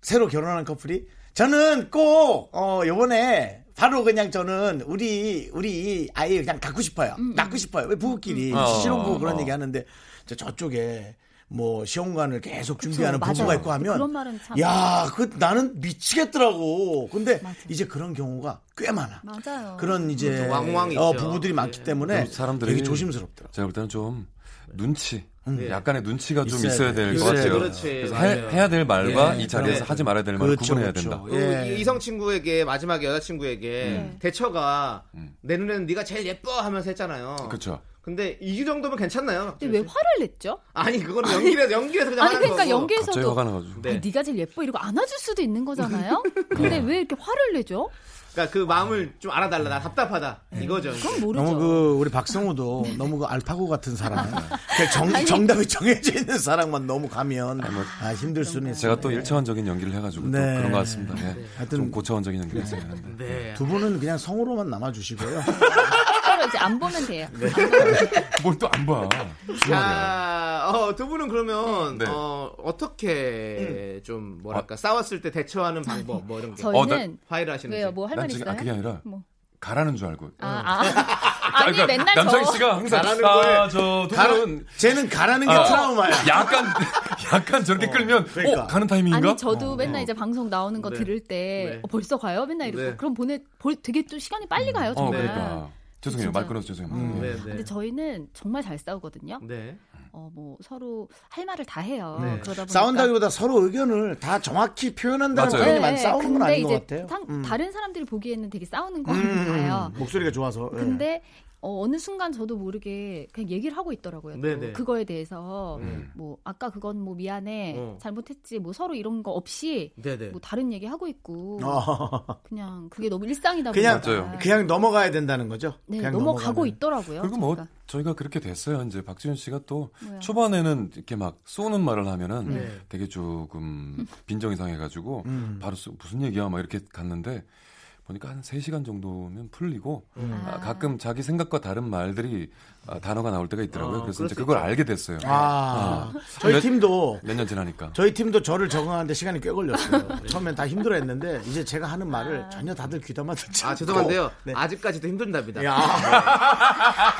A: 새로 결혼한 커플이 저는 꼭 어, 요번에 바로 그냥 저는 우리 우리 아이 그냥 갖고 싶어요.
F: 음,
A: 낳고 싶어요. 왜 부부끼리
G: 음.
A: 신혼부부
G: 어,
A: 그런
G: 어.
A: 얘기 하는데 저- 저쪽에 뭐 시험관을 계속
F: 그쵸,
A: 준비하는 부부가
F: 맞아요.
A: 있고 하면
F: 그런 말은 참-
A: 야, 그 나는 미치겠더라고. 근데 이제 그런 경우가 꽤 많아.
F: 맞아요.
A: 그런 이제
B: 그렇죠. 왕왕이
A: 어,
B: 있죠.
A: 부부들이 많기
B: 예.
A: 때문에
G: 그리고 사람들이
A: 되게 조심스럽더라고.
G: 제가 볼 때는 좀 눈치, 약간의 눈치가 좀
A: 음. 있어야
G: 있어야
A: 돼요.
G: 될 것
A: 그렇지,
G: 같아요.
B: 예. 그렇지.
G: 그래서
B: 맞아요.
G: 해, 야될 말과
A: 예,
G: 이 자리에서
A: 그래.
G: 하지 말아야 될 말을
A: 그렇죠,
G: 구분해야
A: 그렇죠.
G: 된다.
B: 그
A: 예.
B: 이성 친구에게 마지막에 여자 친구에게
F: 네.
B: 대처가
F: 음.
B: 내 눈에는 네가 제일 예뻐 하면서 했잖아요.
G: 그렇죠.
B: 근데 이 정도면 괜찮나요?
F: 근데
A: 네.
F: 왜 화를 냈죠?
B: 아니 그거는 연기에서 연기에서 그냥
F: 아니
B: 하는
F: 그러니까
B: 거고.
G: 갑자기
F: 연기에서도
G: 화가 나가지고.
B: 네.
F: 네. 네가 제일 예뻐 이러고 안아줄 수도 있는 거잖아요. 근데 왜 이렇게 화를 내죠?
B: 그러니까 그 마음을 좀 알아달라. 나 답답하다. 이거죠. 이제.
F: 네. 그건 모르죠.
A: 너무 그 우리 박성우도 (laughs) 너무 그 알파고 같은
F: (laughs)
A: 사람 그냥 정, 정답이 정해져 있는 사람만 너무 가면
F: 뭐
A: 아, 힘들 수는 있어요.
G: 제가
B: 네.
G: 또 1차원적인 연기를 해가지고 또
A: 네.
G: 그런 것 같습니다. 예.
A: 하여튼-
G: 좀 고차원적인 연기를 했어야 하는데.
B: 네.
A: 두 분은 그냥 성우로만 남아주시고요.
F: 서로 이제 안 보면 돼요.
G: 뭘 또 안 봐. 주말이야.
B: 자, 어, 두 분은 그러면
G: 네.
B: 어, 어떻게 좀 뭐랄까 싸웠을 때 대처하는 방법 뭐 이런 게
F: 음. 저희는
G: 어, 나-
B: 화해를 네. 하시는지.
F: 왜요? 뭐 할
G: 난
F: 말
G: 지금
F: 있어요?
G: 아, 그게 아니라
F: 뭐.
G: 가라는 줄 알고.
F: 아, 아. 아니
G: 그러니까
F: 맨날
G: 남창희
F: 저
G: 씨가 항상 아,
B: 가라는 거에-
G: 아저두분
A: 쟤는 가라는 게
F: 어.
G: 아.
A: 트라우마야.
G: 약간 (laughs) 약간 저렇게 끌면
A: 그러니까.
G: 어 가는 타이밍인가?
F: 아니 저도 맨날 이제 방송 나오는 거
B: 네.
F: 들을 때
B: 네.
F: 어, 벌써 가요? 맨날 이러고
B: 네.
F: 그럼 보내 볼 되게 또 시간이 빨리 가요
G: 어
F: 정말.
G: 그러니까 죄송해요
F: 네. 진짜.
G: 말 끊어서 죄송합니다. 예.
B: 네,
F: 근데
B: 네.
F: 저희는 정말 잘 싸우거든요.
B: 네.
F: 어 뭐 서로 할 말을 다 해요.
B: 네.
F: (laughs) 그러다 보니까
A: 싸운다기보다 서로 의견을 다 정확히 표현한다는
G: 맞아요.
A: 표현이 많이
F: 네,
A: 싸우는 건
F: 근데
A: 아닌 것
F: 이제
A: 같아요.
F: 당-
A: 음.
F: 다른 사람들이 보기에는 되게 싸우는 거 같아요.
A: 목소리가 좋아서. 예.
F: 음. 근데 어, 느 순간 저도 모르게 그냥 얘기를 하고 있더라고요. 또.
B: 네네.
F: 그거에 대해서
B: 음.
F: 뭐 아까 그건 뭐 미안해
B: 어.
F: 잘못했지 뭐 서로 이런 거 없이
B: 네, 네.
F: 뭐 다른 얘기 하고 있고
A: 어, (laughs)
F: 그냥 그게 너무 일상이다
A: 그냥
F: 보니까
G: 맞아요.
A: 그냥 넘어가야 된다는 거죠.
F: 네,
A: 그냥
F: 넘어가고
A: 넘어가는.
F: 있더라고요.
G: 그리고 뭐
F: 그러니까.
G: 저희가 그렇게 됐어요. 이제 박지윤 씨가 또
F: 뭐야.
G: 초반에는 이렇게 막 쏘는 말을 하면은
B: 네.
G: 되게 조금 빈정 이상해가지고 바로 쏘- 무슨 얘기야 막 이렇게 갔는데 보니까 한 3시간 정도면 풀리고 아, 가끔 자기 생각과 다른 말들이 아, 단어가 나올 때가 있더라고요.
B: 아,
G: 그래서
B: 그럴
G: 이제
B: 수
G: 그걸
B: 있죠.
G: 알게 됐어요.
A: 아,
F: 네.
G: 몇-
A: 저희 팀도
G: 몇 년 지나니까.
A: 저희 팀도 저를 적응하는데 시간이 꽤 (laughs) 걸렸어요. 처음엔 다 힘들어했는데 이제 제가 하는 말을 전혀 다들 귀담아 듣지
B: 아,
A: 않고.
B: 죄송한데요.
A: 네.
B: 아직까지도 힘들답니다. 네.
A: 야,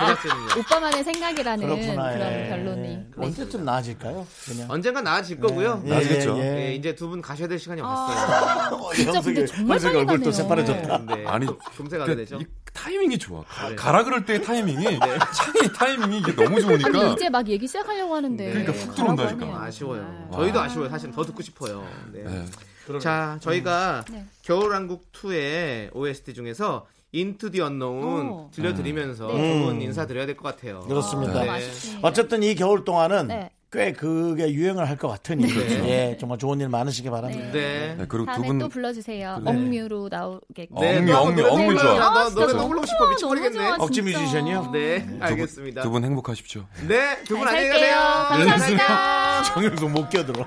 B: 제작진이.
F: 오빠만의 생각이라는 그런
A: 그렇구나. 예.
F: 결론이. 네.
A: 언제쯤 나아질까요? 그냥.
B: 언젠가 나아질 거고요.
A: 예,
G: 나아지겠죠.
F: 네.
A: 예.
B: 예, 이제 두 분 가셔야 될 시간이
A: 아, (laughs)
B: 왔어요.
F: 진짜 근데 정말
A: 현석이
F: 빨리
A: 얼굴 또
F: 아. 가네요.
A: 새파래졌다.
B: 네.
G: 아니,
B: 금세가
G: 그,
B: 되죠.
G: 이 타이밍이 좋아. 가-
B: 네.
G: 가라 그럴
B: (laughs)
G: 때 타이밍이 창의 타이밍이 이게
F: (laughs)
G: 너무
F: 아니
G: 좋으니까
F: 이제 막 얘기 시작하려고 하는데.
B: 그러니까
G: 훅
F: 가라고
G: 들어온다니까.
F: 하네요.
B: 아쉬워요. 저희도 아쉬워요. 사실 더 듣고 싶어요. 네.
G: 네.
B: 자, 저희가
F: 네.
B: 겨울왕국 2의 OST 중에서 인투 디 언노운
F: 오.
B: 들려드리면서
F: 네.
B: 두분 인사드려야 될 것 같아요.
A: 그렇습니다.
F: 너무
B: 네.
F: 아쉽네요.
A: 어쨌든 이 겨울 동안은
F: 네.
A: 꽤 그게 유행을 할 것 같으니
B: 그렇죠.
A: 예, 정말 좋은 일 많으시기 바랍니다.
B: 네.
G: 네, 그리고
F: 다음에
G: 두 분
F: 또 불러주세요.
G: 그래.
F: 억류로 나오겠고.
G: 네. 엉미,
B: 너
G: 엉미,
B: 노래
G: 엉미
B: 불러요.
G: 좋아.
B: 나
F: 아, 진짜
B: 노래 너무
F: 너무
B: 불고
F: 좋아,
B: 미쳐버리겠네.
F: 너무 좋아,
A: 억지 (laughs)
F: 진짜.
A: 뮤지션이요?
B: 네, 알겠습니다.
G: 두 분 행복하십시오.
B: 네, 두 분
F: 잘
B: 안녕히
F: 살게요.
B: 가세요.
F: 감사합니다.
A: 정일도 못 껴들어.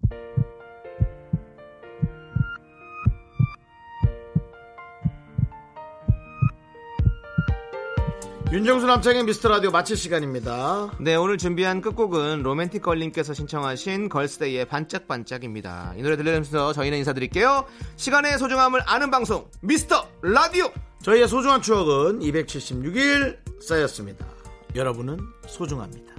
A: (laughs) 윤정수 남창의 미스터 라디오 마칠 시간입니다.
B: (laughs) 네, 오늘 준비한 끝곡은 로맨틱 걸님께서 신청하신 걸스데이의 반짝반짝입니다. 이 노래 들려드리면서 저희는 인사드릴게요. 시간의 소중함을 아는 방송, 미스터 라디오!
A: 저희의 소중한 추억은 276일 쌓였습니다. 여러분은 소중합니다.